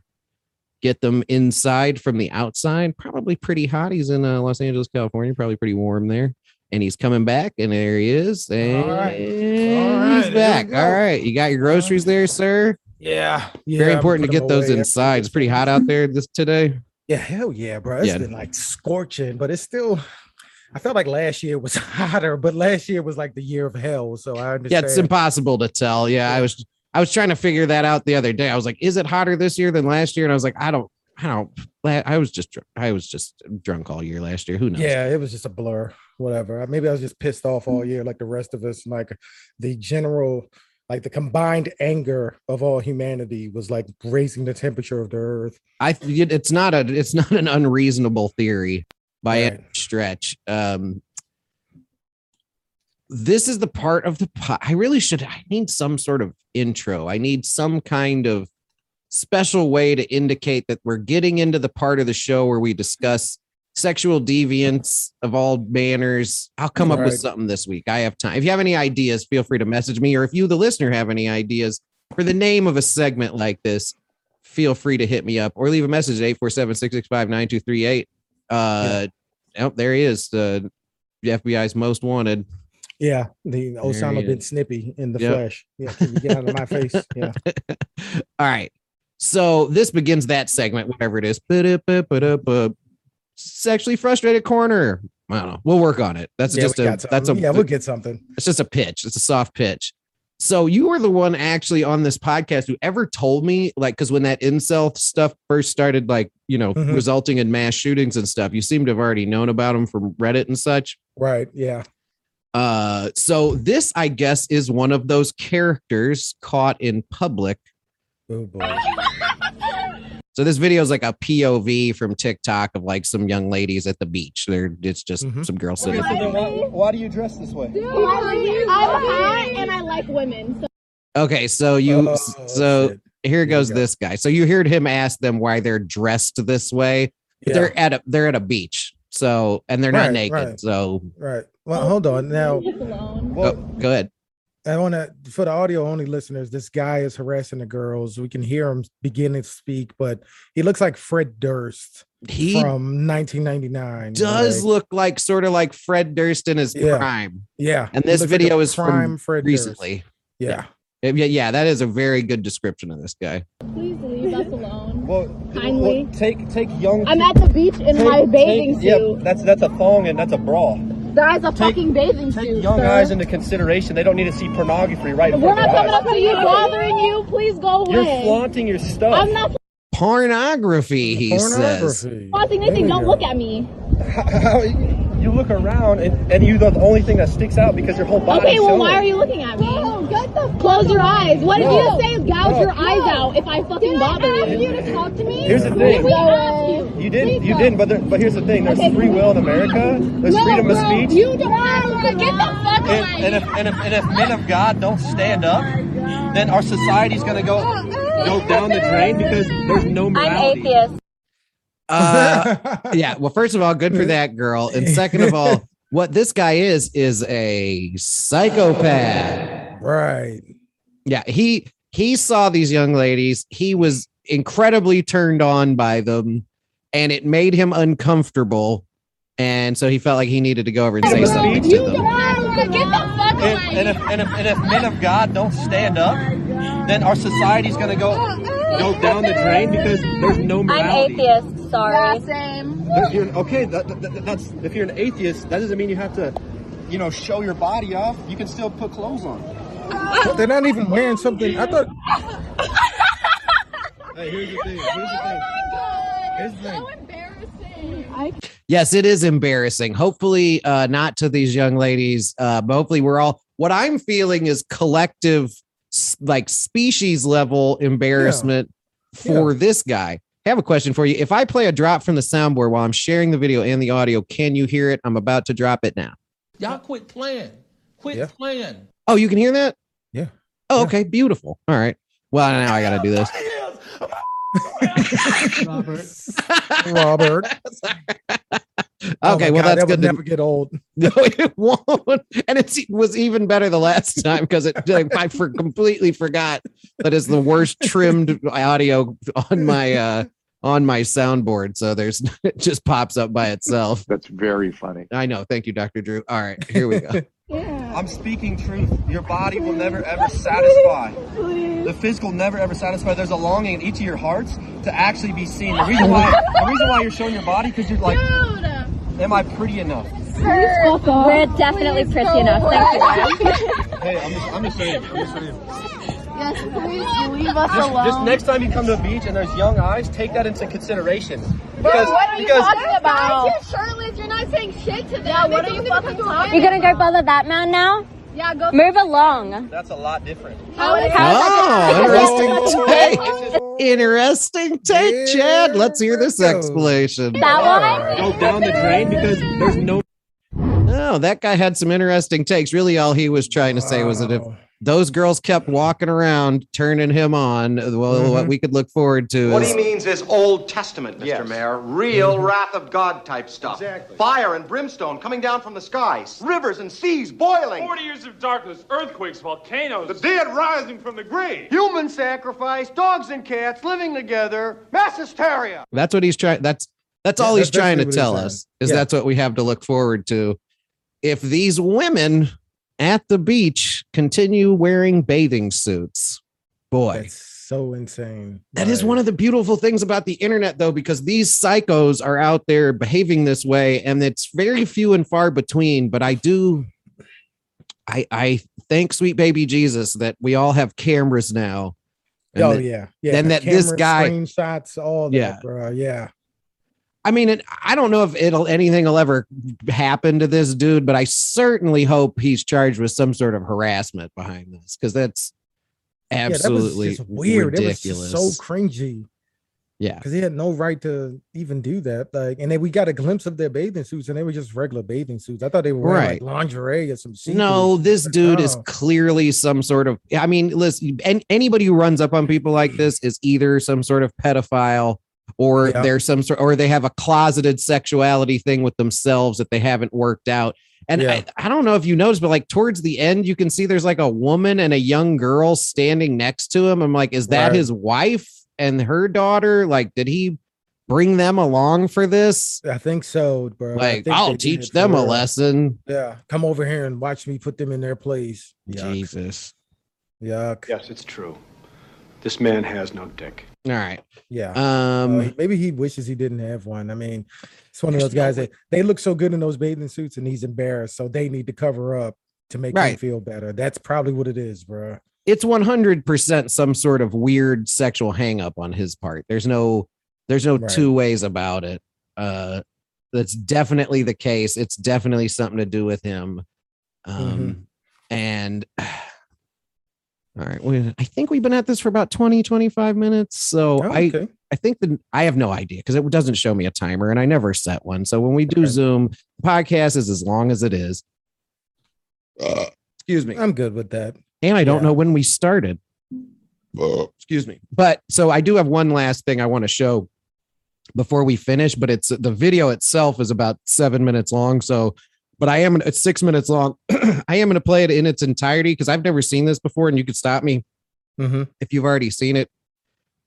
[SPEAKER 3] get them inside from the outside. Probably pretty hot. He's in uh, Los Angeles, California. Probably pretty warm there. And he's coming back, and there he is. And
[SPEAKER 2] right.
[SPEAKER 3] Mm, he's
[SPEAKER 2] right, there
[SPEAKER 3] back.
[SPEAKER 2] we go.
[SPEAKER 3] All right. You got your groceries there, sir.
[SPEAKER 2] Yeah.
[SPEAKER 3] Very important to get those inside. It's pretty hot out there this today.
[SPEAKER 2] Yeah, hell yeah, bro. It's
[SPEAKER 3] Yeah.
[SPEAKER 2] been like scorching, but it's still. I felt like last year was hotter, but last year was like the year of hell. So I
[SPEAKER 3] yeah,
[SPEAKER 2] understand.
[SPEAKER 3] it's impossible to tell. Yeah, I was I was trying to figure that out the other day. I was like, is it hotter this year than last year? And I was like, I don't, I don't. la- I was just, dr- I was just drunk all year last year. Who knows?
[SPEAKER 2] Yeah, it was just a blur. Whatever. Maybe I was just pissed off all year, like the rest of us. and, Like the general, like the combined anger of all humanity was like raising the temperature of the earth.
[SPEAKER 3] I. th- It's not a. It's not an unreasonable theory by any
[SPEAKER 2] Right.
[SPEAKER 3] stretch. Um, this is the part of the pot. I really should. I need some sort of intro. I need some kind of special way to indicate that we're getting into the part of the show where we discuss sexual deviance of all manners. I'll come up with
[SPEAKER 2] Right.
[SPEAKER 3] something this week. I have time. If you have any ideas, feel free to message me. Or if you, the listener, have any ideas for the name of a segment like this, feel free to hit me up or leave a message at 847 665 9238. Uh, oh, there he is. The the FBI's most wanted.
[SPEAKER 2] Yeah, the
[SPEAKER 3] he
[SPEAKER 2] Osama bin
[SPEAKER 3] is.
[SPEAKER 2] Snippy in the
[SPEAKER 3] Yep.
[SPEAKER 2] flesh. Yeah, can you get out of my face? Yeah.
[SPEAKER 3] All right. So this begins that segment, whatever it is. Ba-da-ba-ba-da-ba. Sexually frustrated corner. I don't know. We'll work on it. That's
[SPEAKER 2] yeah,
[SPEAKER 3] just
[SPEAKER 2] we
[SPEAKER 3] a
[SPEAKER 2] got
[SPEAKER 3] that's a
[SPEAKER 2] something. yeah, we'll get something.
[SPEAKER 3] it's just a pitch. It's a soft pitch. So you were the one actually on this podcast who ever told me, like, because when that incel stuff first started, like, you know,
[SPEAKER 2] Mhm.
[SPEAKER 3] resulting in mass shootings and stuff, you seem to have already known about them from Reddit and such.
[SPEAKER 2] Right. Yeah.
[SPEAKER 3] Uh, so this, I guess, is one of those characters caught in public
[SPEAKER 2] Oh boy.
[SPEAKER 3] So this video is like a POV from TikTok of like some young ladies at the beach. They're it's just
[SPEAKER 2] Mhm.
[SPEAKER 3] some girls sitting. at the beach.
[SPEAKER 8] Why, why do you dress this way?
[SPEAKER 7] I'm hot and I like women. So
[SPEAKER 3] Okay, so you
[SPEAKER 2] Oh,
[SPEAKER 3] so
[SPEAKER 2] shit.
[SPEAKER 3] here
[SPEAKER 2] we
[SPEAKER 3] goes
[SPEAKER 2] go.
[SPEAKER 3] this guy. So you heard him ask them why they're dressed this way. But
[SPEAKER 2] Yeah,
[SPEAKER 3] They're at a they're at a beach. So and they're not
[SPEAKER 2] Right,
[SPEAKER 3] naked.
[SPEAKER 2] right.
[SPEAKER 3] So
[SPEAKER 2] right. Well, hold on. Now
[SPEAKER 7] alone.
[SPEAKER 3] go,
[SPEAKER 8] Well,
[SPEAKER 3] go ahead.
[SPEAKER 2] I want to, for the audio only listeners, this guy is harassing the girls. We can hear him beginning to speak, but he looks like Fred Durst
[SPEAKER 3] He
[SPEAKER 2] from 1999.
[SPEAKER 3] does
[SPEAKER 2] like-
[SPEAKER 3] look like sort of like Fred Durst in his
[SPEAKER 2] Yeah.
[SPEAKER 3] prime
[SPEAKER 2] yeah.
[SPEAKER 3] and
[SPEAKER 2] he
[SPEAKER 3] this
[SPEAKER 2] looks like a
[SPEAKER 3] video is from
[SPEAKER 2] prime Fred Durst.
[SPEAKER 3] recently.
[SPEAKER 2] Yeah.
[SPEAKER 3] Yeah, yeah, that is a very good description of this guy.
[SPEAKER 7] Please leave us alone.
[SPEAKER 8] well,
[SPEAKER 7] Kindly.
[SPEAKER 8] well, take take young.
[SPEAKER 7] I'm at the beach in
[SPEAKER 8] take-
[SPEAKER 7] my bathing
[SPEAKER 8] take- Yep,
[SPEAKER 7] suit.
[SPEAKER 8] that's that's a thong and that's a bra.
[SPEAKER 7] That is a fucking bathing
[SPEAKER 8] Take
[SPEAKER 7] suit.
[SPEAKER 8] young
[SPEAKER 7] sir.
[SPEAKER 8] eyes into consideration. They don't need to see pornography right in
[SPEAKER 7] We're
[SPEAKER 8] front of
[SPEAKER 7] not
[SPEAKER 8] their
[SPEAKER 7] coming
[SPEAKER 8] eyes.
[SPEAKER 7] up to you, bothering you. Please go
[SPEAKER 8] You're
[SPEAKER 7] away.
[SPEAKER 8] flaunting your stuff.
[SPEAKER 7] I'm not
[SPEAKER 3] Pornography, he says.
[SPEAKER 2] Pornography.
[SPEAKER 7] flaunting anything. Don't look at me.
[SPEAKER 8] you look around and, and you the only thing that sticks out because your whole body.
[SPEAKER 7] Okay, well, why are you looking at me? Close your eyes. What if you say gouge your eyes out if I fucking bother you? Did I ask you to talk to me?
[SPEAKER 8] Here's the thing.
[SPEAKER 7] we ask you?
[SPEAKER 8] You didn't.
[SPEAKER 7] Please
[SPEAKER 8] You
[SPEAKER 7] go.
[SPEAKER 8] didn't. But there, but here's the thing. There's
[SPEAKER 7] Okay.
[SPEAKER 8] free will in America. There's
[SPEAKER 7] No,
[SPEAKER 8] freedom of
[SPEAKER 7] girl,
[SPEAKER 8] speech.
[SPEAKER 7] You don't no, get the fuck away.
[SPEAKER 8] and, and, if, and, if, and if men of God don't stand up, then our society's going to go go down the drain because there's no morality.
[SPEAKER 3] Uh, yeah. Well, first of all, good for that girl. And second of all, what this guy is is a psychopath.
[SPEAKER 2] right.
[SPEAKER 3] Yeah, he he saw these young ladies. He was incredibly turned on by them, and it made him uncomfortable. And so he felt like he needed to go over and say
[SPEAKER 8] Girl,
[SPEAKER 3] something
[SPEAKER 8] you
[SPEAKER 3] to them.
[SPEAKER 7] No, get the fuck away.
[SPEAKER 8] And, and, if, and, if, and if men of God don't stand up, then our society's going to go go down the drain because there's no morality.
[SPEAKER 7] atheist. Sorry. same.
[SPEAKER 8] There- you're- okay, that, that- that- that's if you're an atheist, that doesn't mean you have to, you know, show your body off. You can still put clothes on.
[SPEAKER 2] But they're not even wearing something. I thought
[SPEAKER 8] Hey, here's the thing. Here's the thing. Here's the thing.
[SPEAKER 7] embarrassing. I
[SPEAKER 3] Yes, it is embarrassing. Hopefully, uh, not to these young ladies. Uh, but hopefully, we're all. What I'm feeling is collective, s- like species level embarrassment for this guy. I have a question for you. If I play a drop from the soundboard while I'm sharing the video and the audio, can you hear it? I'm about to drop it now.
[SPEAKER 11] Y'all quit playing. Quit
[SPEAKER 2] Yeah.
[SPEAKER 11] playing.
[SPEAKER 3] Oh, you can hear that?
[SPEAKER 2] Yeah.
[SPEAKER 3] Oh,
[SPEAKER 2] Yeah.
[SPEAKER 3] okay. Beautiful. All right. Well, now I got to do this.
[SPEAKER 2] Robert. Robert. Oh my
[SPEAKER 3] Okay, well
[SPEAKER 2] God,
[SPEAKER 3] that's
[SPEAKER 2] that
[SPEAKER 3] good.
[SPEAKER 2] would
[SPEAKER 3] to-
[SPEAKER 2] never get old.
[SPEAKER 3] No, it won't. And it was even better the last time because it I for completely forgot that is the worst trimmed audio on my uh on my soundboard. So there's it just pops up by itself.
[SPEAKER 12] That's very funny.
[SPEAKER 3] I know. Thank you, Dr. Drew. All right, here we go.
[SPEAKER 13] I'm speaking truth. Your body will never ever satisfy. The physical never ever satisfy. There's a longing in each of your hearts to actually be seen. The reason why the reason why you're showing your body because you're like, am I pretty enough?
[SPEAKER 7] We're definitely pretty enough. Thank you.
[SPEAKER 13] Hey, I'm just, I'm just saying. I'm just saying.
[SPEAKER 7] yes, please leave us
[SPEAKER 13] Just,
[SPEAKER 7] alone.
[SPEAKER 13] just next time you come to a beach and there's young eyes, take that into consideration. Because
[SPEAKER 7] what are you
[SPEAKER 13] because
[SPEAKER 7] talking about?
[SPEAKER 14] You're shirtless. You're not saying shit to them.
[SPEAKER 7] Yeah, what
[SPEAKER 14] They
[SPEAKER 7] are
[SPEAKER 14] think
[SPEAKER 7] you
[SPEAKER 14] I'm gonna come
[SPEAKER 7] fucking talking
[SPEAKER 14] to a wedding.
[SPEAKER 7] about?
[SPEAKER 14] You're gonna go bother that man now?
[SPEAKER 7] Yeah, go.
[SPEAKER 14] Move along.
[SPEAKER 13] that's a lot different.
[SPEAKER 14] How is
[SPEAKER 8] Ah,
[SPEAKER 3] Oh, interesting take. Interesting take, Chad. Let's hear this explanation.
[SPEAKER 14] That
[SPEAKER 8] Oh.
[SPEAKER 13] Go down the drain because there's no
[SPEAKER 3] No, Oh, that guy had some interesting takes. Really, all he was trying to say was that if those girls kept walking around turning him on, well,
[SPEAKER 15] Mm-hmm.
[SPEAKER 3] what we could look forward to
[SPEAKER 15] What
[SPEAKER 3] is
[SPEAKER 15] he means is Old Testament, Mr. Mayor. Real wrath of God type stuff. Exactly. Fire and brimstone coming down from the skies. Rivers and seas boiling.
[SPEAKER 16] 40 years of darkness, earthquakes, volcanoes.
[SPEAKER 15] The dead rising
[SPEAKER 16] from the grave.
[SPEAKER 15] Human sacrifice, dogs and cats living together, mass hysteria.
[SPEAKER 3] that's what he's trying. That's that's all
[SPEAKER 15] Yeah,
[SPEAKER 3] he's
[SPEAKER 15] that's
[SPEAKER 3] trying to
[SPEAKER 15] basically
[SPEAKER 3] tell
[SPEAKER 15] what he's
[SPEAKER 3] us
[SPEAKER 15] saying.
[SPEAKER 3] is
[SPEAKER 15] Yeah.
[SPEAKER 3] that's what we have to look forward to. If these women at the beach continue wearing bathing suits, boy,
[SPEAKER 2] So insane.
[SPEAKER 3] That is one of the beautiful things about the internet, though, because these psychos are out there behaving this way, and it's very few and far between. But I do, I I thank sweet baby Jesus that we all have cameras now. and
[SPEAKER 2] Oh
[SPEAKER 3] that-
[SPEAKER 2] yeah, yeah.
[SPEAKER 3] And
[SPEAKER 2] the
[SPEAKER 3] that this
[SPEAKER 2] camera
[SPEAKER 3] guy,
[SPEAKER 2] screenshots all that,
[SPEAKER 3] Yeah.
[SPEAKER 2] bro. Yeah,
[SPEAKER 3] I mean, and I don't know if it'll anything will ever happen to this dude, but I certainly hope he's charged with some sort of harassment behind this because that's
[SPEAKER 2] Yeah,
[SPEAKER 3] absolutely
[SPEAKER 2] that was just weird.
[SPEAKER 3] ridiculous.
[SPEAKER 2] It was just so cringy.
[SPEAKER 3] yeah.
[SPEAKER 2] because he had no right to even do that. Like, and then we got a glimpse of their bathing suits, and they were just regular bathing suits. I thought they were wearing
[SPEAKER 3] Right.
[SPEAKER 2] like lingerie or some.
[SPEAKER 3] No,
[SPEAKER 2] see-through.
[SPEAKER 3] this dude is
[SPEAKER 2] no.
[SPEAKER 3] clearly some sort of. I mean, listen, and anybody who runs up on people like this is either some sort of pedophile or
[SPEAKER 2] Yeah.
[SPEAKER 3] they're some sort, or they have a closeted sexuality thing with themselves that they haven't worked out. And
[SPEAKER 2] Yeah.
[SPEAKER 3] I, I don't know if you noticed, but like towards the end, you can see there's like a woman and a young girl standing next to him. I'm like, is that
[SPEAKER 2] Right.
[SPEAKER 3] his wife and her daughter? Like, did he bring them along for this?
[SPEAKER 2] I think so, bro. Uh, I
[SPEAKER 3] Like,
[SPEAKER 2] think they
[SPEAKER 3] I'll
[SPEAKER 2] did
[SPEAKER 3] teach
[SPEAKER 2] it
[SPEAKER 3] them
[SPEAKER 2] for
[SPEAKER 3] a
[SPEAKER 2] real.
[SPEAKER 3] lesson.
[SPEAKER 2] Yeah, come over here and watch me put them in their place.
[SPEAKER 3] Jesus.
[SPEAKER 2] Yuck.
[SPEAKER 15] Yes, it's true. This man has no dick.
[SPEAKER 3] All right.
[SPEAKER 2] Yeah.
[SPEAKER 3] Um,
[SPEAKER 2] Uh, maybe he wishes he didn't have one. I mean, it's one of
[SPEAKER 3] There's
[SPEAKER 2] those guys
[SPEAKER 3] no
[SPEAKER 2] that they look so good in those bathing suits and he's embarrassed, so they need to cover up to make him
[SPEAKER 3] Right.
[SPEAKER 2] feel better. That's probably what it is, bro.
[SPEAKER 3] it's 100% some sort of weird sexual hang up on his part there's no there's no
[SPEAKER 2] Right.
[SPEAKER 3] two ways about it uh that's definitely the case it's definitely something to do with him
[SPEAKER 2] Mm-hmm.
[SPEAKER 3] um and all right we, i think we've been at this for about 20 25 minutes so
[SPEAKER 2] Oh,
[SPEAKER 3] i
[SPEAKER 2] okay.
[SPEAKER 3] i think that i have no idea because it doesn't show me a timer and i never set one so when we do zoom the podcast is as long as it is excuse me
[SPEAKER 2] I'm good with that.
[SPEAKER 3] and I don't know when we started. Excuse me. But so I do have one last thing I want to show before we finish, but it's the video itself is about seven minutes long. So, but I am it's six minutes long. I am going to play it in its entirety because I've never seen this before, and you could stop me
[SPEAKER 2] Mhm.
[SPEAKER 3] if you've already seen it.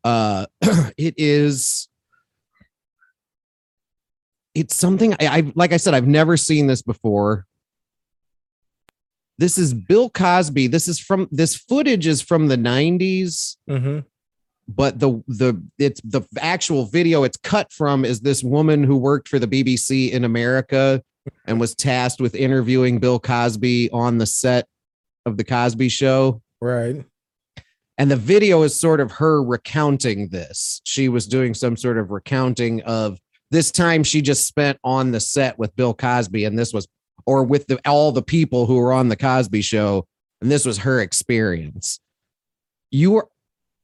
[SPEAKER 3] Uh, it is. It's something I, I like. I said I've never seen this before. This is Bill Cosby. This is from this footage is from the 90s,
[SPEAKER 2] Mm-hmm.
[SPEAKER 3] but the the it's the actual video it's cut from is this woman who worked for the BBC in America and was tasked with interviewing Bill Cosby on the set of the Cosby show.
[SPEAKER 2] Right.
[SPEAKER 3] And the video is sort of her recounting this. She was doing some sort of recounting of this time she just spent on the set with Bill Cosby, and this was, or with the, all the people who were on the Cosby show, and this was her experience. You are,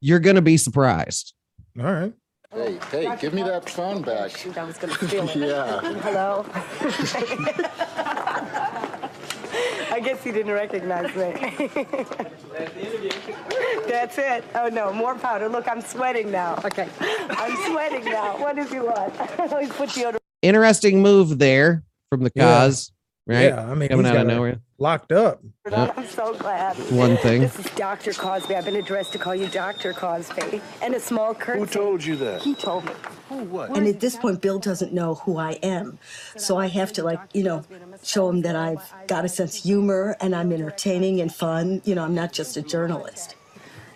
[SPEAKER 3] you're going to be surprised.
[SPEAKER 2] All right.
[SPEAKER 17] Hey, hey, give me that phone back.
[SPEAKER 18] I was gonna steal it.
[SPEAKER 17] Yeah.
[SPEAKER 18] Hello. I get
[SPEAKER 12] guess he didn't recognize me. That's it. Oh no, more powder. Look, I'm sweating now. Okay. I'm sweating now. What does he want? He's put deodorant.
[SPEAKER 3] Interesting move there from the cause, right?
[SPEAKER 2] Yeah, I mean,
[SPEAKER 3] coming
[SPEAKER 2] he's
[SPEAKER 3] out of
[SPEAKER 2] got a-
[SPEAKER 3] nowhere.
[SPEAKER 2] Locked up.
[SPEAKER 3] Yeah.
[SPEAKER 12] I'm so glad.
[SPEAKER 3] One thing.
[SPEAKER 12] This is Dr. Cosby. I've been addressed to call you Dr. Cosby. And a small curtsy. Who told you that? He told me. Who what?
[SPEAKER 18] And at this point, Bill doesn't know who I am. So I have to, like, you know, show him that I've got a sense of humor and I'm entertaining and fun. You know, I'm not just a journalist.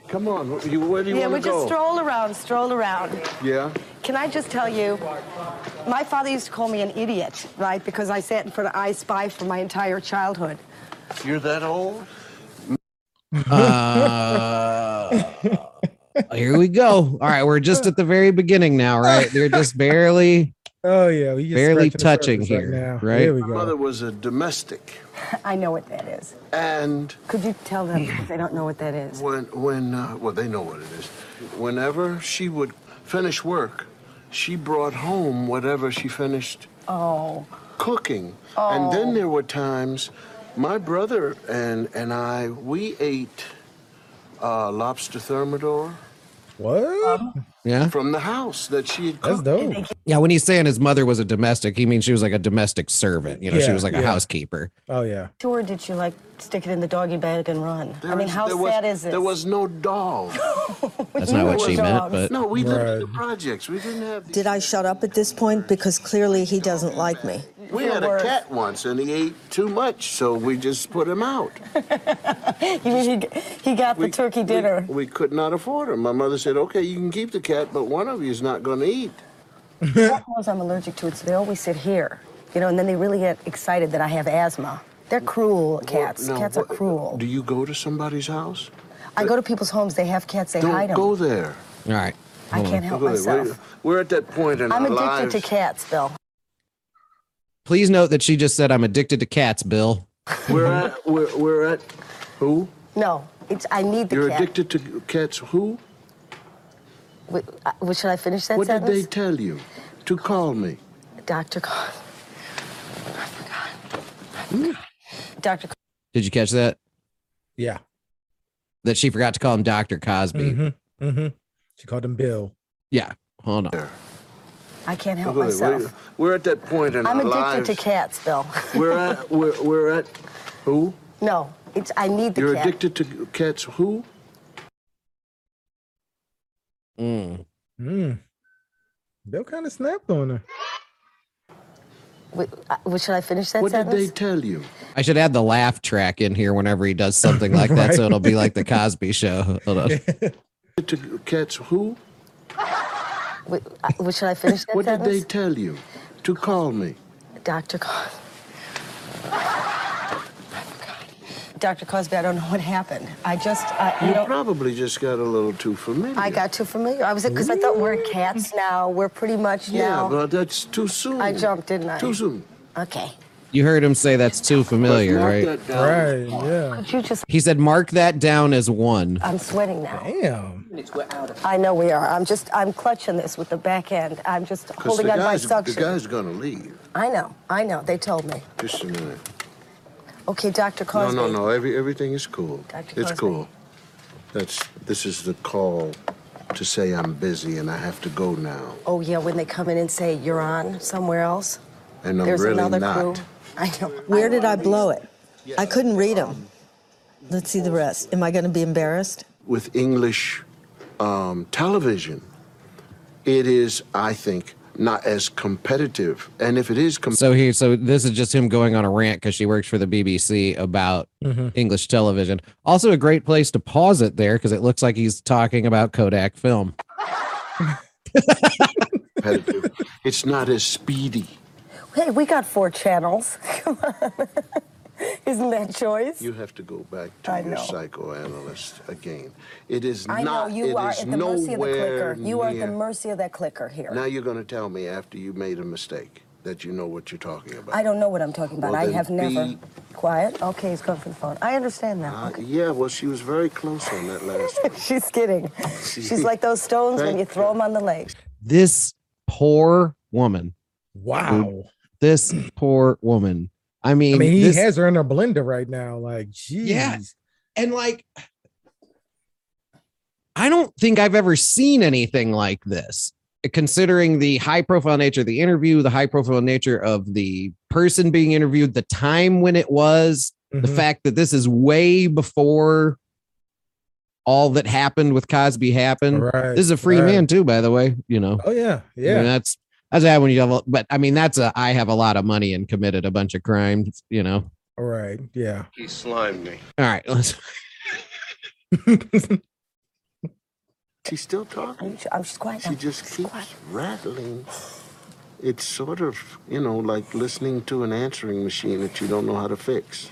[SPEAKER 19] Come on, wh- you- where do you
[SPEAKER 12] yeah, we
[SPEAKER 19] want to
[SPEAKER 12] just
[SPEAKER 19] go?
[SPEAKER 12] stroll around, stroll around.
[SPEAKER 19] yeah.
[SPEAKER 12] Can I just tell you, my father used to call me an idiot, right? Because I sat in front of I Spy for my entire childhood.
[SPEAKER 19] You're that old?
[SPEAKER 3] Uh, here we go. All right, we're just at the very beginning now, right? They're just barely
[SPEAKER 2] Oh yeah, we just
[SPEAKER 3] barely
[SPEAKER 2] scratching the surface
[SPEAKER 3] touching
[SPEAKER 2] right
[SPEAKER 3] here,
[SPEAKER 2] now.
[SPEAKER 3] right?
[SPEAKER 2] Here we
[SPEAKER 19] My mother was a domestic,
[SPEAKER 12] I know what that is.
[SPEAKER 19] and
[SPEAKER 12] Could you tell them if they don't know what that is?
[SPEAKER 19] when when uh, well they know what it is. Whenever she would finish work, she brought home whatever she finished
[SPEAKER 12] Oh.
[SPEAKER 19] cooking. And then there were times my brother and and I we ate uh, lobster thermidor.
[SPEAKER 2] What?
[SPEAKER 19] Um,
[SPEAKER 3] Yeah.
[SPEAKER 19] From the house that she had
[SPEAKER 2] That's
[SPEAKER 19] cooked.
[SPEAKER 2] dope.
[SPEAKER 3] Yeah, when he's saying his mother was a domestic, he means she was like a domestic servant. You know, she
[SPEAKER 2] Yeah,
[SPEAKER 3] was like a
[SPEAKER 2] yeah.
[SPEAKER 3] housekeeper.
[SPEAKER 2] Oh yeah.
[SPEAKER 12] Sure, did she like stick it in the doggy bag and run? I
[SPEAKER 19] There
[SPEAKER 12] mean,
[SPEAKER 19] is-
[SPEAKER 12] how
[SPEAKER 19] there
[SPEAKER 12] sad
[SPEAKER 19] was-
[SPEAKER 12] is this?
[SPEAKER 19] There was no dog.
[SPEAKER 3] That's not what
[SPEAKER 19] There
[SPEAKER 3] she
[SPEAKER 19] was-
[SPEAKER 3] meant, but
[SPEAKER 19] no, we lived in the projects. We didn't have.
[SPEAKER 18] Did I shut up at this point? Because clearly he doesn't like me.
[SPEAKER 19] We had a cat once, and he ate too much, so we just put him out.
[SPEAKER 12] You mean he, he got the turkey dinner?
[SPEAKER 19] We could not afford him. My mother said, "Okay, you can keep the cat, but one of you is not going to eat."
[SPEAKER 12] Cat knows I'm allergic to it, so they always sit here. You know, and then they really get excited that I have asthma. They're cruel cats.
[SPEAKER 19] Now,
[SPEAKER 12] cats are
[SPEAKER 19] what-
[SPEAKER 12] cruel.
[SPEAKER 19] Do you go to somebody's house?
[SPEAKER 12] I go to people's homes, they have cats, they
[SPEAKER 19] Don't
[SPEAKER 12] hide them.
[SPEAKER 19] go there.
[SPEAKER 3] all right.
[SPEAKER 12] I can't help
[SPEAKER 19] Don't go there.
[SPEAKER 12] myself.
[SPEAKER 19] We're, we're at that point in
[SPEAKER 12] I'm
[SPEAKER 19] our
[SPEAKER 12] addicted
[SPEAKER 19] lives.
[SPEAKER 12] to cats, Bill.
[SPEAKER 3] Please note that she just said, "I'm addicted to cats." Bill,
[SPEAKER 19] We're at. We're, we're at. Who?
[SPEAKER 12] No, it's I need the
[SPEAKER 19] You're
[SPEAKER 12] cat.
[SPEAKER 19] addicted to cats. Who?
[SPEAKER 12] Wait, uh, well, should I finish that
[SPEAKER 19] what
[SPEAKER 12] sentence?
[SPEAKER 19] did they tell you? To call me.
[SPEAKER 12] Dr. Con. Dr. Con-
[SPEAKER 3] did you catch that?
[SPEAKER 2] Yeah.
[SPEAKER 3] That she forgot to call him Doctor Cosby.
[SPEAKER 2] Mm-hmm. Mm-hmm. She called him Bill.
[SPEAKER 3] Yeah, hold on.
[SPEAKER 12] I can't help
[SPEAKER 19] Don't go there.
[SPEAKER 12] myself.
[SPEAKER 19] We're, we're at that point in
[SPEAKER 12] I'm
[SPEAKER 19] our
[SPEAKER 12] addicted
[SPEAKER 19] lives.
[SPEAKER 12] to cats, Bill.
[SPEAKER 19] We're at we're, we're at who?
[SPEAKER 12] No, it's I need the
[SPEAKER 19] You're
[SPEAKER 12] cat.
[SPEAKER 19] addicted to cats. Who?
[SPEAKER 3] Mm.
[SPEAKER 2] Mm. Bill kind of snapped on her.
[SPEAKER 12] Wait, uh, well, should I finish that
[SPEAKER 19] what
[SPEAKER 12] sentence?
[SPEAKER 19] did they tell you?
[SPEAKER 3] I should add the laugh track in here whenever he does something like that, so
[SPEAKER 19] Right.
[SPEAKER 3] it'll be like the Cosby Show. Hold on.
[SPEAKER 19] Addicted to cats. Who?
[SPEAKER 12] Wait, uh, well, should I finish that
[SPEAKER 19] What did
[SPEAKER 12] sentence?
[SPEAKER 19] they tell you? To call me.
[SPEAKER 12] Dr. Cos. Dr. Cosby, I don't know what happened. I just, I, you
[SPEAKER 19] You
[SPEAKER 12] know,
[SPEAKER 19] probably just got a little too familiar.
[SPEAKER 12] I got too familiar. I was, because I thought we're cats now. We're pretty much
[SPEAKER 19] yeah,
[SPEAKER 12] now.
[SPEAKER 19] but that's too soon.
[SPEAKER 12] I jumped, didn't I?
[SPEAKER 19] Too soon.
[SPEAKER 12] Okay.
[SPEAKER 3] You heard him say that's too familiar,
[SPEAKER 19] Mark
[SPEAKER 3] Oh, right?
[SPEAKER 19] that down.
[SPEAKER 2] Yeah.
[SPEAKER 12] Could you just,
[SPEAKER 3] He said, "Mark that down as one."
[SPEAKER 12] I'm sweating now.
[SPEAKER 2] Damn.
[SPEAKER 12] I know we are. I'm just, I'm clutching this with the back end. I'm just
[SPEAKER 19] 'Cause
[SPEAKER 12] holding
[SPEAKER 19] the
[SPEAKER 12] on by
[SPEAKER 19] guy's, the
[SPEAKER 12] suction.
[SPEAKER 19] guy's gonna leave.
[SPEAKER 12] I know, I know. They told me.
[SPEAKER 19] Just a minute.
[SPEAKER 12] Okay, Dr. Cosby.
[SPEAKER 19] No, no, no. Every everything is cool.
[SPEAKER 12] Dr.
[SPEAKER 19] It's
[SPEAKER 12] Cosby.
[SPEAKER 19] cool. That's this is the call to say I'm busy and I have to go now.
[SPEAKER 12] Oh, yeah, when they come in and say you're on somewhere else.
[SPEAKER 19] And I'm
[SPEAKER 12] There's
[SPEAKER 19] really
[SPEAKER 12] another
[SPEAKER 19] not.
[SPEAKER 12] crew. I know.
[SPEAKER 18] Where did I blow it? I couldn't read him. Let's see the rest. Am I going to be embarrassed?
[SPEAKER 19] With English um, television, it is, I think, not as competitive. And if it is competitive,
[SPEAKER 3] So he, so this is just him going on a rant because she works for the BBC about
[SPEAKER 19] Mhm.
[SPEAKER 3] English television. Also, a great place to pause it there because it looks like he's talking about Kodak film.
[SPEAKER 19] competitive, it's not as speedy.
[SPEAKER 12] Hey, we got four channels. Come on. Isn't that choice?
[SPEAKER 19] You have to go back to
[SPEAKER 12] I
[SPEAKER 19] your
[SPEAKER 12] know.
[SPEAKER 19] psychoanalyst again. It is
[SPEAKER 12] I know
[SPEAKER 19] not.
[SPEAKER 12] you
[SPEAKER 19] it
[SPEAKER 12] are
[SPEAKER 19] is
[SPEAKER 12] at the mercy of the
[SPEAKER 19] nowhere
[SPEAKER 12] clicker. You are at the
[SPEAKER 19] near-
[SPEAKER 12] mercy of that clicker here.
[SPEAKER 19] Now you're going to tell me after you made a mistake that you know what you're talking about.
[SPEAKER 12] I don't know what I'm talking about.
[SPEAKER 19] Well,
[SPEAKER 12] I
[SPEAKER 19] then
[SPEAKER 12] have never.
[SPEAKER 19] be-
[SPEAKER 12] Quiet. Okay, he's going for the phone. I understand that.
[SPEAKER 19] Uh, yeah, well, she was very close on that last one.
[SPEAKER 12] She's kidding. She's like those stones when you throw them on the lake.
[SPEAKER 3] This poor woman.
[SPEAKER 2] Wow.
[SPEAKER 3] This poor woman. I mean,
[SPEAKER 2] I mean, he
[SPEAKER 3] this-
[SPEAKER 2] has her in a blender right now. Like, geez.
[SPEAKER 3] Yeah. And like, I don't think I've ever seen anything like this, considering the high profile nature of the interview, the high profile nature of the person being interviewed, the time when it was, the
[SPEAKER 2] Mhm.
[SPEAKER 3] fact that this is way before all that happened with Cosby happened.
[SPEAKER 2] Right,
[SPEAKER 3] This is a free
[SPEAKER 2] right.
[SPEAKER 3] man, too, by the way, you know.
[SPEAKER 2] Oh yeah, yeah.
[SPEAKER 3] And that's that's that when you have, a- but I mean, that's a I have a lot of money and committed a bunch of crimes, you know.
[SPEAKER 2] All right, yeah.
[SPEAKER 15] He slimed me.
[SPEAKER 3] All right, let's
[SPEAKER 19] She's still talking.
[SPEAKER 12] I'm just quiet
[SPEAKER 19] She just keeps rattling. It's sort of, you know, like listening to an answering machine that you don't know how to fix.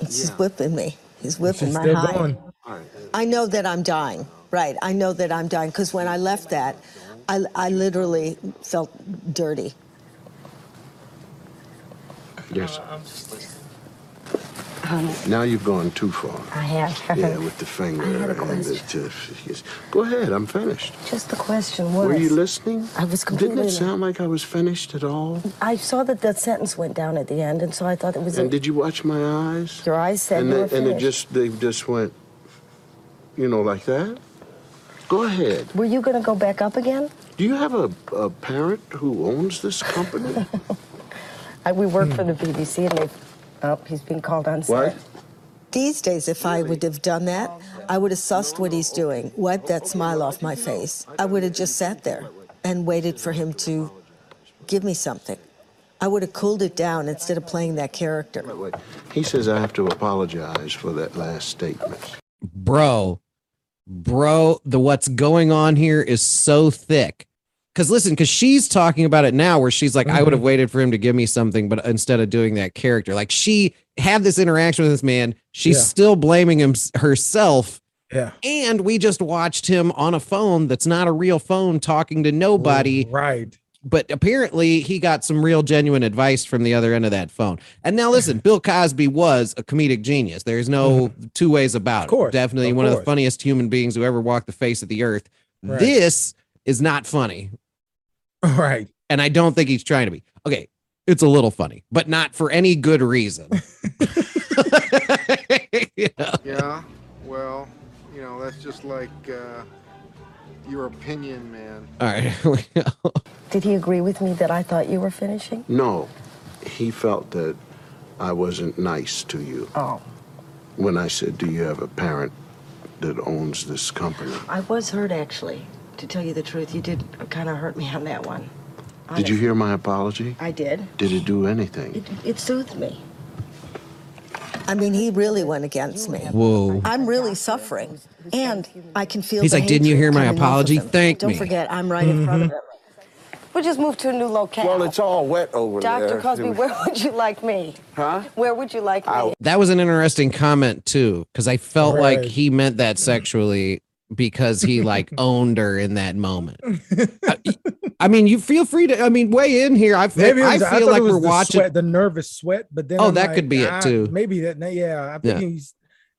[SPEAKER 18] He's just whipping me. He's whipping
[SPEAKER 19] She's
[SPEAKER 18] my
[SPEAKER 19] still
[SPEAKER 18] high.
[SPEAKER 19] going. All right.
[SPEAKER 18] I know that I'm dying. Right. I know that I'm dying because when I left that, I, I literally felt dirty.
[SPEAKER 19] Yes. I'm just listening.
[SPEAKER 12] Um,
[SPEAKER 19] Now you've gone too far.
[SPEAKER 12] I have.
[SPEAKER 19] Yeah, with the finger.
[SPEAKER 12] had a
[SPEAKER 19] and the tiff. Yes. Go ahead, I'm finished.
[SPEAKER 12] Just the question was.
[SPEAKER 19] Were you listening?
[SPEAKER 12] I was
[SPEAKER 19] Didn't
[SPEAKER 12] completely
[SPEAKER 19] it sound like I was finished at all?
[SPEAKER 12] I saw that that sentence went down at the end, and so I thought it was.
[SPEAKER 19] And
[SPEAKER 12] a,
[SPEAKER 19] did you watch my eyes?
[SPEAKER 12] your eyes said
[SPEAKER 19] and
[SPEAKER 12] you
[SPEAKER 19] they,
[SPEAKER 12] were
[SPEAKER 19] and it
[SPEAKER 12] finished.
[SPEAKER 19] just they just went, you know, like that. Go ahead.
[SPEAKER 12] Were you going to go back up again?
[SPEAKER 19] Do you have a, a parent who owns this company?
[SPEAKER 12] I, we
[SPEAKER 19] Hmm.
[SPEAKER 12] work for the BBC, and they. Oh, he's being called on set.
[SPEAKER 18] These days, if I would have done that, I would have sussed what he's doing, wiped that smile off my face. I would have just sat there and waited for him to give me something. I would have cooled it down instead of playing that character.
[SPEAKER 19] he says I have to apologize for that last statement.
[SPEAKER 3] bro, bro, the what's going on here is so thick. Cause listen, cause she's talking about it now where she's like, I would have waited for him to give me something, but instead of doing that character, like she had this interaction with this man, she's
[SPEAKER 2] Yeah.
[SPEAKER 3] still blaming him herself.
[SPEAKER 2] Yeah.
[SPEAKER 3] And we just watched him on a phone that's not a real phone talking to nobody.
[SPEAKER 2] Right.
[SPEAKER 3] But apparently he got some real genuine advice from the other end of that phone. And now listen, Bill Cosby was a comedic genius. There's no two ways about it.
[SPEAKER 2] course,
[SPEAKER 3] Definitely
[SPEAKER 2] Mm-hmm. of
[SPEAKER 3] one of the
[SPEAKER 2] course.
[SPEAKER 3] funniest human beings who ever walked the face of the earth.
[SPEAKER 2] Right.
[SPEAKER 3] This is not funny.
[SPEAKER 2] Right.
[SPEAKER 3] And I don't think he's trying to be. Okay. It's a little funny, but not for any good reason. You know?
[SPEAKER 17] Yeah, well, you know, that's just like uh, your opinion, man.
[SPEAKER 3] All right. here we go.
[SPEAKER 12] Did he agree with me that I thought you were finishing?
[SPEAKER 19] No, he felt that I wasn't nice to you.
[SPEAKER 12] Oh.
[SPEAKER 19] When I said, "Do you have a parent that owns this company?"
[SPEAKER 12] I was hurt, actually. To tell you the truth, you did kind of hurt me on that one.
[SPEAKER 19] Did you hear my apology?
[SPEAKER 12] I did.
[SPEAKER 19] Did it do anything?
[SPEAKER 12] It, it soothed me.
[SPEAKER 18] I mean, he really went against me.
[SPEAKER 3] Whoa.
[SPEAKER 18] I'm really suffering, and I can feel.
[SPEAKER 3] He's
[SPEAKER 18] the
[SPEAKER 3] like, "Didn't you
[SPEAKER 18] hatred
[SPEAKER 3] hear my
[SPEAKER 18] coming off of
[SPEAKER 3] apology?
[SPEAKER 18] him.
[SPEAKER 3] Thank
[SPEAKER 18] Don't
[SPEAKER 3] me." Mm-hmm.
[SPEAKER 18] forget, I'm right in front of him.
[SPEAKER 12] We just moved to a new locale.
[SPEAKER 17] Well, it's all wet over there.
[SPEAKER 12] Dr. Cosby, where would you like me?
[SPEAKER 17] Huh?
[SPEAKER 12] Where would you like me?
[SPEAKER 3] That was an interesting comment too, because I felt like
[SPEAKER 2] Right.
[SPEAKER 3] he meant that sexually because he like owned her in that moment. I, I mean, you feel free to. I mean, weigh in here. I,
[SPEAKER 2] Maybe it
[SPEAKER 3] I
[SPEAKER 2] was- I
[SPEAKER 3] feel
[SPEAKER 2] thought
[SPEAKER 3] like
[SPEAKER 2] it was
[SPEAKER 3] we're
[SPEAKER 2] the
[SPEAKER 3] watching.
[SPEAKER 2] sweat, the nervous sweat, but then
[SPEAKER 3] Oh,
[SPEAKER 2] I'm
[SPEAKER 3] that
[SPEAKER 2] like,
[SPEAKER 3] could be it,
[SPEAKER 2] "Ah,
[SPEAKER 3] too."
[SPEAKER 2] Maybe that. Yeah, I'm
[SPEAKER 3] Yeah.
[SPEAKER 2] thinking he's.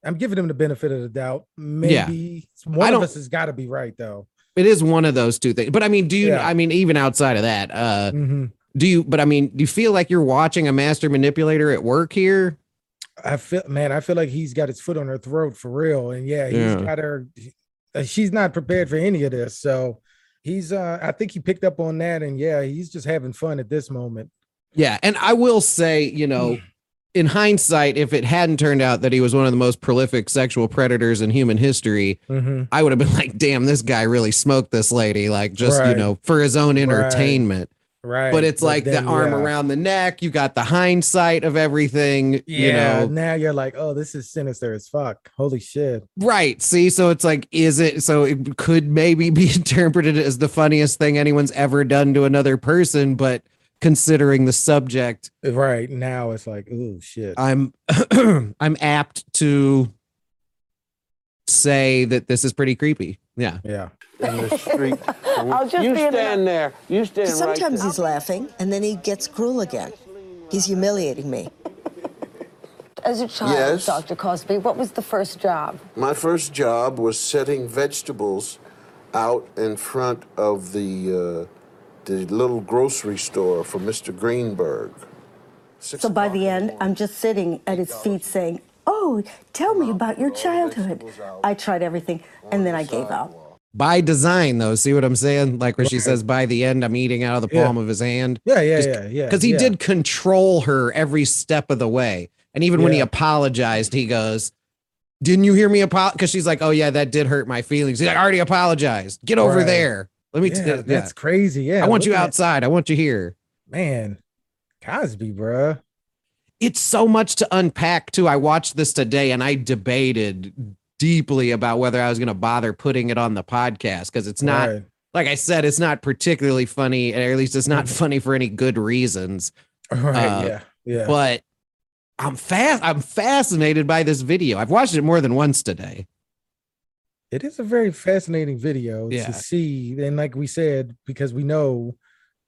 [SPEAKER 2] I'm giving him the benefit of the doubt.
[SPEAKER 3] Yeah.
[SPEAKER 2] Maybe
[SPEAKER 3] I
[SPEAKER 2] one of
[SPEAKER 3] don't-
[SPEAKER 2] us has got to be right though.
[SPEAKER 3] It is one of those two things. But I mean, do you?
[SPEAKER 2] Yeah.
[SPEAKER 3] I mean, even outside of that, uh,
[SPEAKER 2] Mhm.
[SPEAKER 3] do you? But I mean, do you feel like you're watching a master manipulator at work here?
[SPEAKER 2] I feel, man, I feel like he's got his foot on her throat for real, and yeah, he's
[SPEAKER 3] Yeah.
[SPEAKER 2] got her. uh, She's not prepared for any of this, so he's. uh I think he picked up on that, and yeah, he's just having fun at this moment.
[SPEAKER 3] Yeah, and I will say, you know, in hindsight, if it hadn't turned out that he was one of the most prolific sexual predators in human history,
[SPEAKER 2] Mhm.
[SPEAKER 3] I would have been like, damn, this guy really smoked this lady, like just, you
[SPEAKER 2] Right.
[SPEAKER 3] know, for his own entertainment.
[SPEAKER 2] Right,
[SPEAKER 3] But it's like
[SPEAKER 2] then,
[SPEAKER 3] the arm
[SPEAKER 2] yeah.
[SPEAKER 3] around the neck, you got the hindsight of everything, you
[SPEAKER 2] Yeah,
[SPEAKER 3] know.
[SPEAKER 2] now you're like, oh, this is sinister as fuck. Holy shit.
[SPEAKER 3] Right. See, so it's like, is it so it could maybe be interpreted as the funniest thing anyone's ever done to another person, but considering the subject,
[SPEAKER 2] Right now it's like, ooh, shit.
[SPEAKER 3] I'm I'm apt to say that this is pretty creepy. Yeah.
[SPEAKER 2] Yeah.
[SPEAKER 19] In the street.
[SPEAKER 12] I'll just
[SPEAKER 19] you
[SPEAKER 12] be in the-
[SPEAKER 19] stand there. You stand right
[SPEAKER 18] Sometimes he's laughing, and then he gets cruel again. He's humiliating me.
[SPEAKER 12] As a child,
[SPEAKER 19] Yes.
[SPEAKER 12] Dr. Cosby, what was the first job?
[SPEAKER 19] My first job was setting vegetables out in front of the uh, the little grocery store for Mr. Greenberg.
[SPEAKER 12] so by the end, I'm just sitting at his feet saying, Oh, tell me about your childhood. I tried everything, and then I gave up.
[SPEAKER 3] By design, though, see what I'm saying? Like where she
[SPEAKER 12] Right.
[SPEAKER 3] says, "By the end, I'm eating out of the
[SPEAKER 2] Yeah.
[SPEAKER 3] palm of his hand."
[SPEAKER 2] Yeah, yeah, yeah, yeah.
[SPEAKER 3] Because he
[SPEAKER 2] yeah.
[SPEAKER 3] did control her every step of the way, and even when he
[SPEAKER 2] Yeah.
[SPEAKER 3] apologized, he goes, "Didn't you hear me apologize?" Because she's like, "Oh yeah, that did hurt my feelings." He's like, "I already apologized. Get over
[SPEAKER 2] Right.
[SPEAKER 3] there. Let me." t-
[SPEAKER 2] Yeah,
[SPEAKER 3] yeah.
[SPEAKER 2] That's crazy. Yeah.
[SPEAKER 3] I want you
[SPEAKER 2] look at-
[SPEAKER 3] outside. I want you here.
[SPEAKER 2] Man, Cosby, bruh.
[SPEAKER 3] It's so much to unpack too. I watched this today and I debated deeply about whether I was going to bother putting it on the podcast because it's not
[SPEAKER 2] Right.
[SPEAKER 3] like I said, it's not particularly funny, or at least it's
[SPEAKER 2] Mm-hmm.
[SPEAKER 3] not funny for any good reasons.
[SPEAKER 2] Right.
[SPEAKER 3] Uh,
[SPEAKER 2] yeah. Yeah.
[SPEAKER 3] But I'm fast. I'm fascinated by this video. I've watched it more than once today.
[SPEAKER 2] it is a very fascinating video
[SPEAKER 3] Yeah.
[SPEAKER 2] to see. And like we said, because we know,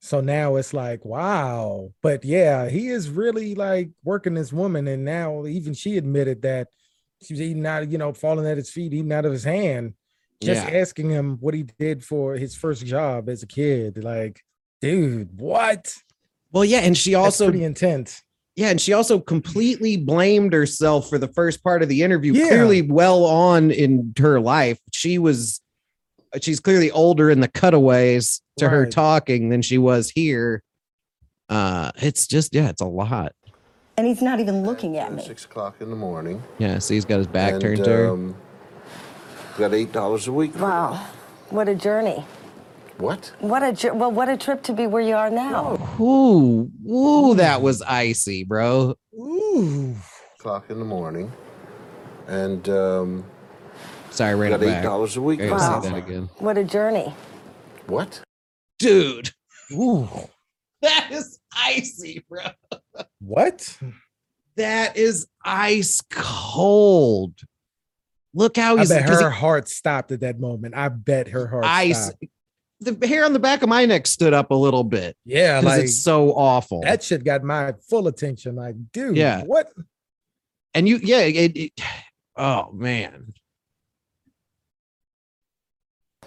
[SPEAKER 2] so now it's like, wow. But yeah, he is really like working this woman. And now even she admitted that she was eating out, of- you know, falling at his feet, eating out of his hand, just
[SPEAKER 3] Yeah.
[SPEAKER 2] asking him what he did for his first job as a kid. Like, dude, what?
[SPEAKER 3] Well, yeah, and she
[SPEAKER 2] That's
[SPEAKER 3] also
[SPEAKER 2] pretty intense.
[SPEAKER 3] Yeah, and she also completely blamed herself for the first part of the interview.
[SPEAKER 2] Yeah.
[SPEAKER 3] Clearly, well on in her life, she was. She's clearly older in the cutaways to her
[SPEAKER 12] Right.
[SPEAKER 3] talking than she was here. Uh, it's just yeah, it's a lot.
[SPEAKER 12] And he's not even looking at me.
[SPEAKER 19] Six o'clock in the morning.
[SPEAKER 3] Yeah, so he's got his back
[SPEAKER 19] and,
[SPEAKER 3] turned to her.
[SPEAKER 19] um, got eight dollars a week.
[SPEAKER 12] Wow. What a journey.
[SPEAKER 19] What?
[SPEAKER 12] What a jour- well, what a trip to be where you are now.
[SPEAKER 3] Ooh, ooh, that was icy, bro.
[SPEAKER 2] Ooh.
[SPEAKER 19] O'clock in the morning, and um,
[SPEAKER 3] sorry, ran
[SPEAKER 19] got
[SPEAKER 3] it
[SPEAKER 19] eight
[SPEAKER 3] back.
[SPEAKER 19] dollars a week.
[SPEAKER 3] I gotta say that again.
[SPEAKER 12] What a journey.
[SPEAKER 19] What?
[SPEAKER 3] Dude.
[SPEAKER 2] Ooh.
[SPEAKER 3] That is icy, bro.
[SPEAKER 2] What?
[SPEAKER 3] That is ice cold. Look how
[SPEAKER 2] I
[SPEAKER 3] he's
[SPEAKER 2] bet
[SPEAKER 3] Oh, 'cause he-
[SPEAKER 2] her heart stopped at that moment. I bet her heart
[SPEAKER 3] ice.
[SPEAKER 2] stopped.
[SPEAKER 3] The hair on the back of my neck stood up a little bit.
[SPEAKER 2] Yeah,
[SPEAKER 3] 'cause
[SPEAKER 2] like
[SPEAKER 3] it's so awful.
[SPEAKER 2] that shit got my full attention. Like, dude,
[SPEAKER 3] Yeah.
[SPEAKER 2] what?
[SPEAKER 3] and you, yeah, it, it- oh man,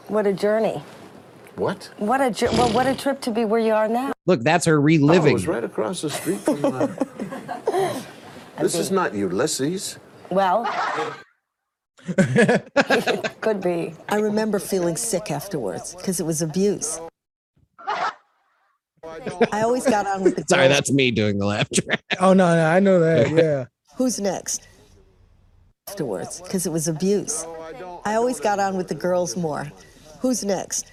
[SPEAKER 12] What a journey.
[SPEAKER 19] What?
[SPEAKER 12] What a jour- well, what a trip to be where you are now.
[SPEAKER 3] look, that's her
[SPEAKER 19] Oh, it
[SPEAKER 3] reliving.
[SPEAKER 19] was right across the street from. Uh, this is not Ulysses.
[SPEAKER 12] Well, could be.
[SPEAKER 18] I remember feeling sick afterwards because it was abuse. I always got on with the
[SPEAKER 3] Sorry,
[SPEAKER 18] girls.
[SPEAKER 3] that's me doing the laugh track.
[SPEAKER 2] Oh no, no, I know that. Yeah.
[SPEAKER 18] Who's next? Afterwards, because it was abuse. I always got on with the girls more. Who's next?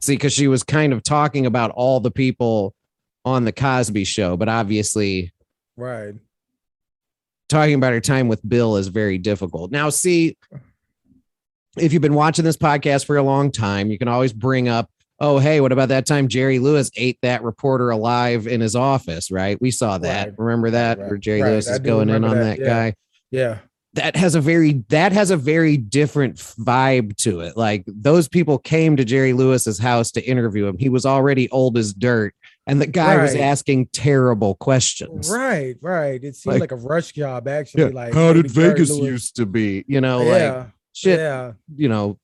[SPEAKER 3] See, because she was kind of talking about all the people on the Cosby Show, but obviously
[SPEAKER 2] Right.
[SPEAKER 3] talking about her time with Bill is very difficult. Now, see, if you've been watching this podcast for a long time, you can always bring up, oh, hey, what about that time Jerry Lewis ate that reporter alive in his office, right? We saw that.
[SPEAKER 2] Right.
[SPEAKER 3] Remember that?
[SPEAKER 2] Right,
[SPEAKER 3] Where Jerry
[SPEAKER 2] right.
[SPEAKER 3] Lewis
[SPEAKER 2] I
[SPEAKER 3] is
[SPEAKER 2] do
[SPEAKER 3] going in
[SPEAKER 2] remember
[SPEAKER 3] on
[SPEAKER 2] that,
[SPEAKER 3] that,
[SPEAKER 2] yeah.
[SPEAKER 3] guy
[SPEAKER 2] Yeah.
[SPEAKER 3] that has a very that has a very different vibe to it. Like those people came to Jerry Lewis's house to interview him. He was already old as dirt, and the guy was
[SPEAKER 2] Right.
[SPEAKER 3] asking terrible questions.
[SPEAKER 2] Right. Right. It seemed
[SPEAKER 3] Like-
[SPEAKER 2] like, a rush job, actually.
[SPEAKER 3] Yeah,
[SPEAKER 2] Like,
[SPEAKER 3] how did
[SPEAKER 2] maybe Jerry
[SPEAKER 3] Vegas
[SPEAKER 2] Lewis-
[SPEAKER 3] used to be? You know,
[SPEAKER 2] Yeah,
[SPEAKER 3] like shit.
[SPEAKER 2] yeah.
[SPEAKER 3] You know,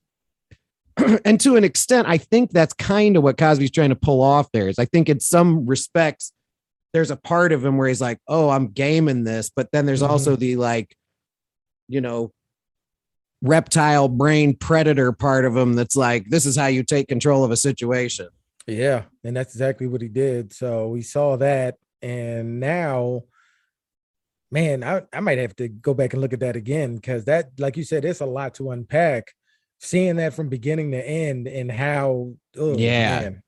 [SPEAKER 3] and to an extent, I think that's kind of what Cosby's trying to pull off. There is, I think, in some respects, there's a part of him where he's like, "Oh, I'm gaming this," but then there's also
[SPEAKER 2] Mm-hmm.
[SPEAKER 3] the like, you know, reptile brain predator part of him that's like, "This is how you take control of a situation."
[SPEAKER 2] Yeah, and that's exactly what he did. So we saw that, and now, man, I, I might have to go back and look at that again because that, like you said, it's a lot to unpack. Seeing that from beginning to end and how, oh,
[SPEAKER 3] Yeah.
[SPEAKER 2] man.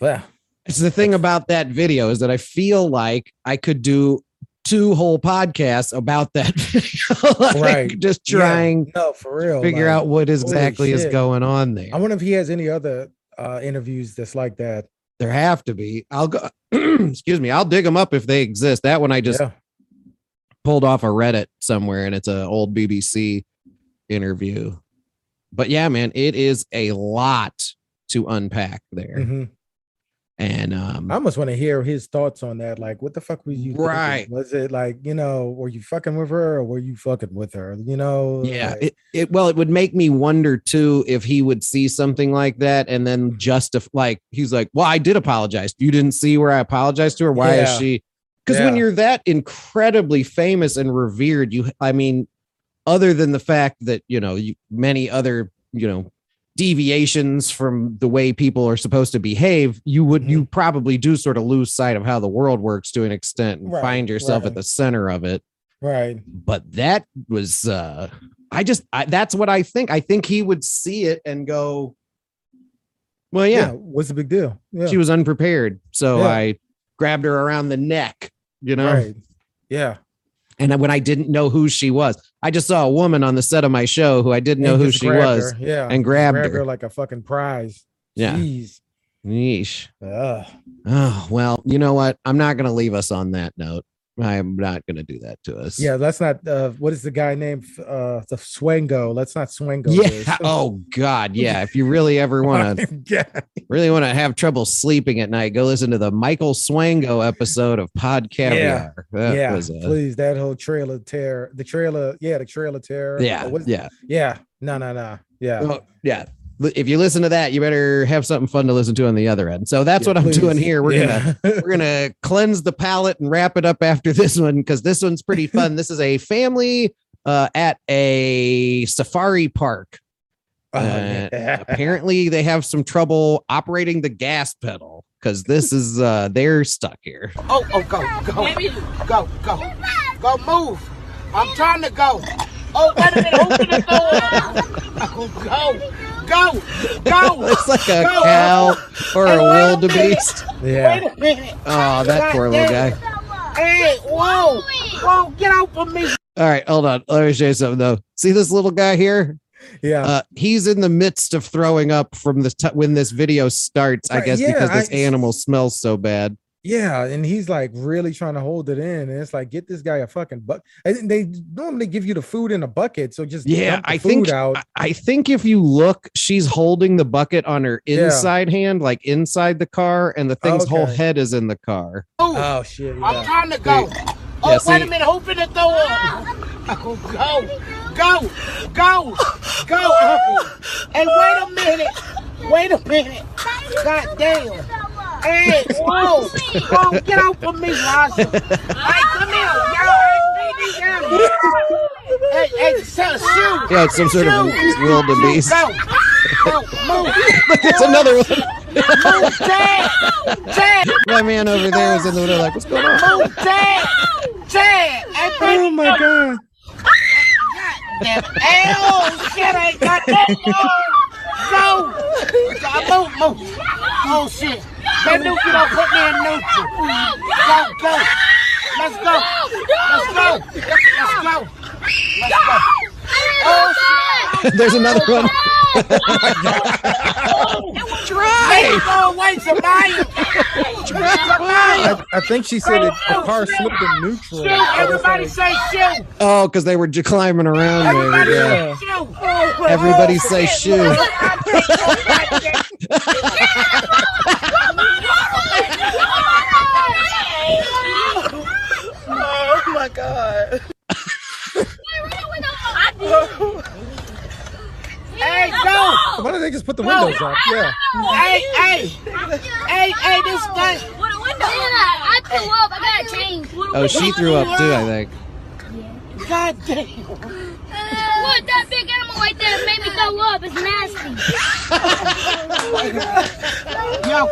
[SPEAKER 2] Well,
[SPEAKER 3] It's the thing about that video is that I feel like I could do two whole podcasts about that video, like,
[SPEAKER 2] Right.
[SPEAKER 3] Just
[SPEAKER 2] Yeah.
[SPEAKER 3] trying
[SPEAKER 2] no, for real.
[SPEAKER 3] to figure
[SPEAKER 2] like,
[SPEAKER 3] out what
[SPEAKER 2] holy
[SPEAKER 3] exactly is
[SPEAKER 2] shit.
[SPEAKER 3] going on there.
[SPEAKER 2] I wonder if he has any other uh interviews that's like that.
[SPEAKER 3] There have to be. I'll go. excuse me. I'll dig them up if they exist. That one I just
[SPEAKER 2] Yeah.
[SPEAKER 3] pulled off a Reddit somewhere, and it's an old BBC interview.
[SPEAKER 2] Mm-hmm.
[SPEAKER 3] But yeah, man, it is a lot to unpack there.
[SPEAKER 2] Mhm.
[SPEAKER 3] And um,
[SPEAKER 2] I almost want to hear his thoughts on that. Like, what the fuck was you? thinking?
[SPEAKER 3] Right.
[SPEAKER 2] Was it like, you know, were you fucking with her or were you fucking with her? You know?
[SPEAKER 3] yeah,
[SPEAKER 2] like,
[SPEAKER 3] it, it well, it would make me wonder too if he would see something like that and
[SPEAKER 2] Mm-hmm.
[SPEAKER 3] then justify. Like he's like, "Well, I did apologize. You didn't see where I apologized to her. Why is
[SPEAKER 2] Yeah.
[SPEAKER 3] she?" Because when
[SPEAKER 2] Yeah.
[SPEAKER 3] you're that incredibly famous and revered, you, I mean, other than the fact that you know you, many other you know deviations from the way people are supposed to behave you would you
[SPEAKER 2] Mm-hmm.
[SPEAKER 3] probably do sort of lose sight of how the world works to an extent and
[SPEAKER 2] Right,
[SPEAKER 3] find yourself
[SPEAKER 2] right.
[SPEAKER 3] at the center of it
[SPEAKER 2] right.
[SPEAKER 3] but that was uh i just I, that's what i think i think he would see it and go well yeah,
[SPEAKER 2] What's the big deal? Yeah.
[SPEAKER 3] she was unprepared so
[SPEAKER 2] Yeah.
[SPEAKER 3] i grabbed her around the neck you know
[SPEAKER 2] Right. Yeah.
[SPEAKER 3] and when i didn't know who she was i just saw a woman on the set of my show who i didn't know
[SPEAKER 2] And
[SPEAKER 3] who
[SPEAKER 2] just
[SPEAKER 3] she
[SPEAKER 2] grabbed
[SPEAKER 3] was
[SPEAKER 2] her. Yeah.
[SPEAKER 3] and grabbed, her,
[SPEAKER 2] like a fucking prize.
[SPEAKER 3] yeah
[SPEAKER 2] Jeez.
[SPEAKER 3] Yeesh.
[SPEAKER 2] Ugh.
[SPEAKER 3] oh well you know what i'm not gonna leave us on that note i'm not gonna do that to us
[SPEAKER 2] Yeah. Let's not, uh, what is the guy named? Uh, the Swango. Let's not Swango. this.
[SPEAKER 3] yeah. Oh God. Yeah. If you really ever want to
[SPEAKER 2] yeah.
[SPEAKER 3] really want to have trouble sleeping at night, go listen to the Michael Swango episode of Pod Caviar. That
[SPEAKER 2] yeah,
[SPEAKER 3] was uh, a-
[SPEAKER 2] please. That whole trailer terror, the trailer, yeah, the trailer terror.
[SPEAKER 3] yeah,
[SPEAKER 2] uh, What is-
[SPEAKER 3] yeah,
[SPEAKER 2] yeah. No, no, no. Yeah,
[SPEAKER 3] Oh, yeah. L- If you listen to that, you better have something fun to listen to on the other end. So that's
[SPEAKER 2] Yeah,
[SPEAKER 3] what I'm
[SPEAKER 2] please.
[SPEAKER 3] doing here. We're
[SPEAKER 2] Yeah.
[SPEAKER 3] gonna we're gonna cleanse the palate and wrap it up after this one because this one's pretty fun. this is a family uh, at a safari park.
[SPEAKER 2] Oh,
[SPEAKER 3] Uh,
[SPEAKER 2] yeah.
[SPEAKER 3] apparently they have some trouble operating the gas pedal because this is uh they're stuck here
[SPEAKER 8] Oh, oh, go, go, go, go, go, move. I'm trying to go. Oh, wait a minute, open the door. Oh, go, go, go.
[SPEAKER 3] it's like a
[SPEAKER 8] go.
[SPEAKER 3] cow or a wildebeest
[SPEAKER 2] yeah.
[SPEAKER 8] Wait a minute.
[SPEAKER 3] oh that poor little guy
[SPEAKER 8] Hey, whoa, whoa, get out from me.
[SPEAKER 3] all right hold on let me show you something though see this little guy here
[SPEAKER 2] yeah.
[SPEAKER 3] uh he's in the midst of throwing up from the t- when this video starts i
[SPEAKER 2] Right,
[SPEAKER 3] guess
[SPEAKER 2] yeah,
[SPEAKER 3] because this
[SPEAKER 2] I-
[SPEAKER 3] animal smells so bad
[SPEAKER 2] yeah, and he's like really trying to hold it in, and it's like get this guy a fucking buck. And they normally give you the food in a bucket, so just
[SPEAKER 3] yeah
[SPEAKER 2] dump the
[SPEAKER 3] i
[SPEAKER 2] food
[SPEAKER 3] think
[SPEAKER 2] out.
[SPEAKER 3] I, I think if you look she's holding the bucket on her
[SPEAKER 2] Yeah.
[SPEAKER 3] inside hand like inside the car and the thing's whole
[SPEAKER 2] Okay.
[SPEAKER 3] head is in the car
[SPEAKER 8] Move.
[SPEAKER 2] oh shit!
[SPEAKER 8] I'm
[SPEAKER 2] Yeah.
[SPEAKER 8] trying to go. oh,
[SPEAKER 3] yeah,
[SPEAKER 8] wait a
[SPEAKER 3] see-
[SPEAKER 8] minute, open the door. Oh, go, go, go, go, Uncle. Hey, wait a minute. Wait a minute. God damn. Hey, whoa, whoa, get out from me, Liza. Hey, come here. Y'all ain't feeding them. Hey, hey, sell shoe.
[SPEAKER 3] Yeah, it's some sort of
[SPEAKER 8] Shoe.
[SPEAKER 3] wildebeest.
[SPEAKER 8] Go, go, move.
[SPEAKER 3] Look, it's another one.
[SPEAKER 8] Move, Dad. Dad.
[SPEAKER 3] My man over there was in the window, like, what's going on?
[SPEAKER 8] Move, Dad. Dad. Hey, baby.
[SPEAKER 2] Oh my god!
[SPEAKER 8] Damn. Hey, oh shit, I ain't got that No! Go, move, move. Oh shit. That nuke you don't put me in neutral. Go, go. Let's go. Let's go. Let's go. Let's go. Oh shit.
[SPEAKER 3] There's another one.
[SPEAKER 8] Try! Go away, Zamaya! Zamaya!
[SPEAKER 2] I, I think she said it, the car slipped in neutral.
[SPEAKER 8] Shoot! Everybody say shoot!
[SPEAKER 3] Oh, because they were j- climbing around there.
[SPEAKER 8] Everybody
[SPEAKER 3] Yeah.
[SPEAKER 8] say shoot!
[SPEAKER 3] Everybody
[SPEAKER 8] Oh,
[SPEAKER 3] say shoot.
[SPEAKER 8] Oh my god. Hey, go!
[SPEAKER 2] Why did they just put the windows up? Yeah,
[SPEAKER 8] Hey, hey! Hey, hey, this guy!
[SPEAKER 14] What a window! I threw up. I gotta change.
[SPEAKER 3] Oh, she threw up too, I think.
[SPEAKER 8] God damn!
[SPEAKER 14] Look, that big animal right there made me throw up. It's nasty.
[SPEAKER 8] Yo,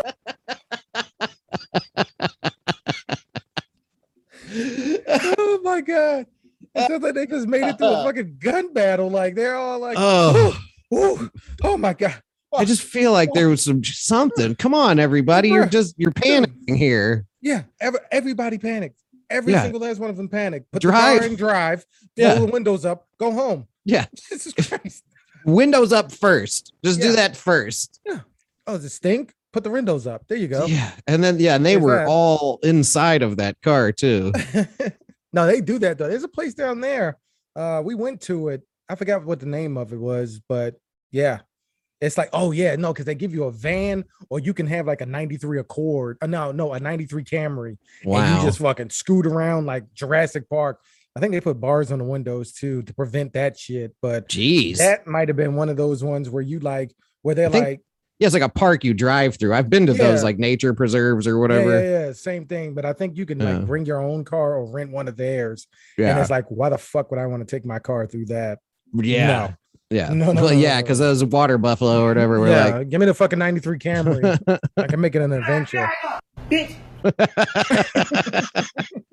[SPEAKER 2] oh my god! It sounds like they just made it through
[SPEAKER 3] Uh,
[SPEAKER 2] a fucking gun battle. Like they're all like,
[SPEAKER 3] Oh,
[SPEAKER 2] Ooh, oh my god!
[SPEAKER 3] I just feel like there was some something. Come on, everybody. You're just you're panicking here.
[SPEAKER 2] Yeah, ever, everybody panicked. Every
[SPEAKER 3] Yeah.
[SPEAKER 2] single last one of them panicked. Put the
[SPEAKER 3] Drive.
[SPEAKER 2] car in drive,
[SPEAKER 3] Yeah.
[SPEAKER 2] roll the windows up, go home.
[SPEAKER 3] Yeah.
[SPEAKER 2] Jesus Christ.
[SPEAKER 3] Windows up first. Just
[SPEAKER 2] Yeah.
[SPEAKER 3] do that first.
[SPEAKER 2] Oh, does it stink? Put the windows up. There you go.
[SPEAKER 3] Yeah. And then yeah, and they
[SPEAKER 2] There's
[SPEAKER 3] were
[SPEAKER 2] that.
[SPEAKER 3] all inside of that car too.
[SPEAKER 2] no, they do that though. There's a place down there. Uh, we went to it. I forgot what the name of it was, but yeah, It's like, oh yeah, no, because they give you a van, or you can have like a '93 Accord. Uh, no, no, a '93 Camry, and
[SPEAKER 3] Wow.
[SPEAKER 2] you just fucking scoot around like Jurassic Park. I think they put bars on the windows too to prevent that shit. But
[SPEAKER 3] Jeez.
[SPEAKER 2] that might have been one of those ones where you like, where they're
[SPEAKER 3] I think-
[SPEAKER 2] like,
[SPEAKER 3] yeah, it's like a park you drive through. I've been to
[SPEAKER 2] Yeah.
[SPEAKER 3] those like nature preserves or
[SPEAKER 2] yeah,
[SPEAKER 3] whatever.
[SPEAKER 2] yeah, yeah, same thing. But I think you can
[SPEAKER 3] Yeah.
[SPEAKER 2] like bring your own car or rent one of theirs. And
[SPEAKER 3] Yeah.
[SPEAKER 2] it's like, why the fuck would I want to take my car through that?
[SPEAKER 3] Yeah. Yeah.
[SPEAKER 2] No, no,
[SPEAKER 3] Well,
[SPEAKER 2] no,
[SPEAKER 3] yeah,
[SPEAKER 2] no,
[SPEAKER 3] because those water buffalo or whatever were
[SPEAKER 2] yeah,
[SPEAKER 3] like,
[SPEAKER 2] give me the fucking '93 Camry. I can make it an adventure.
[SPEAKER 8] Bitch.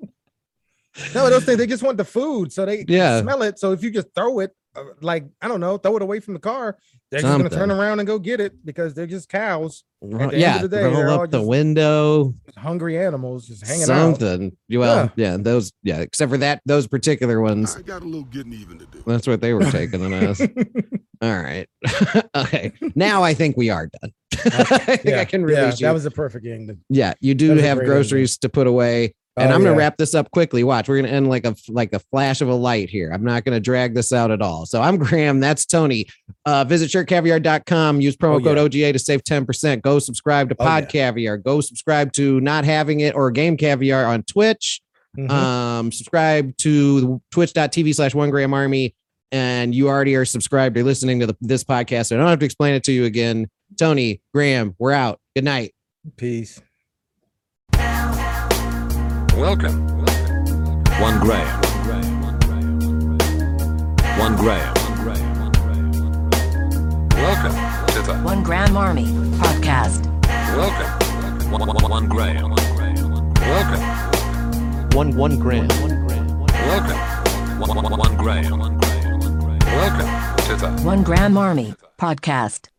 [SPEAKER 2] No, those things they just want the food, so they
[SPEAKER 3] Yeah.
[SPEAKER 2] smell it. So if you just throw it, uh, like I don't know, throw it away from the car, they're just gonna turn
[SPEAKER 3] Something.
[SPEAKER 2] around and go get it because they're just cows. At the
[SPEAKER 3] yeah,
[SPEAKER 2] end of the day,
[SPEAKER 3] roll
[SPEAKER 2] they're all
[SPEAKER 3] up the
[SPEAKER 2] just
[SPEAKER 3] window,
[SPEAKER 2] hungry animals just hanging out.
[SPEAKER 3] something. Well, yeah. those, yeah, except for that, those particular ones.
[SPEAKER 20] got a little getting even to do.
[SPEAKER 3] That's what they were taking on us. All right. okay. Now I think we are done. I think I can release
[SPEAKER 2] yeah,
[SPEAKER 3] you.
[SPEAKER 2] that was a perfect ending.
[SPEAKER 3] yeah, you
[SPEAKER 2] that
[SPEAKER 3] do
[SPEAKER 2] was a
[SPEAKER 3] have
[SPEAKER 2] great
[SPEAKER 3] groceries to put away. And
[SPEAKER 2] Oh,
[SPEAKER 3] I'm gonna
[SPEAKER 2] yeah.
[SPEAKER 3] wrap this up quickly. Watch, we're gonna end like a like a flash of a light here. I'm not gonna drag this out at all. So I'm Graham. That's Tony. Uh, visit shirtcaviar.com. Use promo
[SPEAKER 2] Oh, yeah.
[SPEAKER 3] code OGA to save 10%. Go subscribe to
[SPEAKER 2] Oh, yeah.
[SPEAKER 3] Pod Caviar. Go subscribe to Not Having It or Game Caviar on Twitch.
[SPEAKER 2] Mhm.
[SPEAKER 3] Um, subscribe to twitch.tv slash one gram army. And you already are subscribed. You're listening to the, this podcast. So I don't have to explain it to you again. Tony, Graham, we're out. Good night.
[SPEAKER 2] Peace.
[SPEAKER 4] Welcome. One Graham. One Graham. Welcome to the
[SPEAKER 5] One Gram Army Podcast.
[SPEAKER 4] Welcome. One, one, one Graham. Welcome.
[SPEAKER 21] One one gram.
[SPEAKER 4] Welcome. One, one, one Graham. Welcome to the
[SPEAKER 5] One Gram Army Podcast.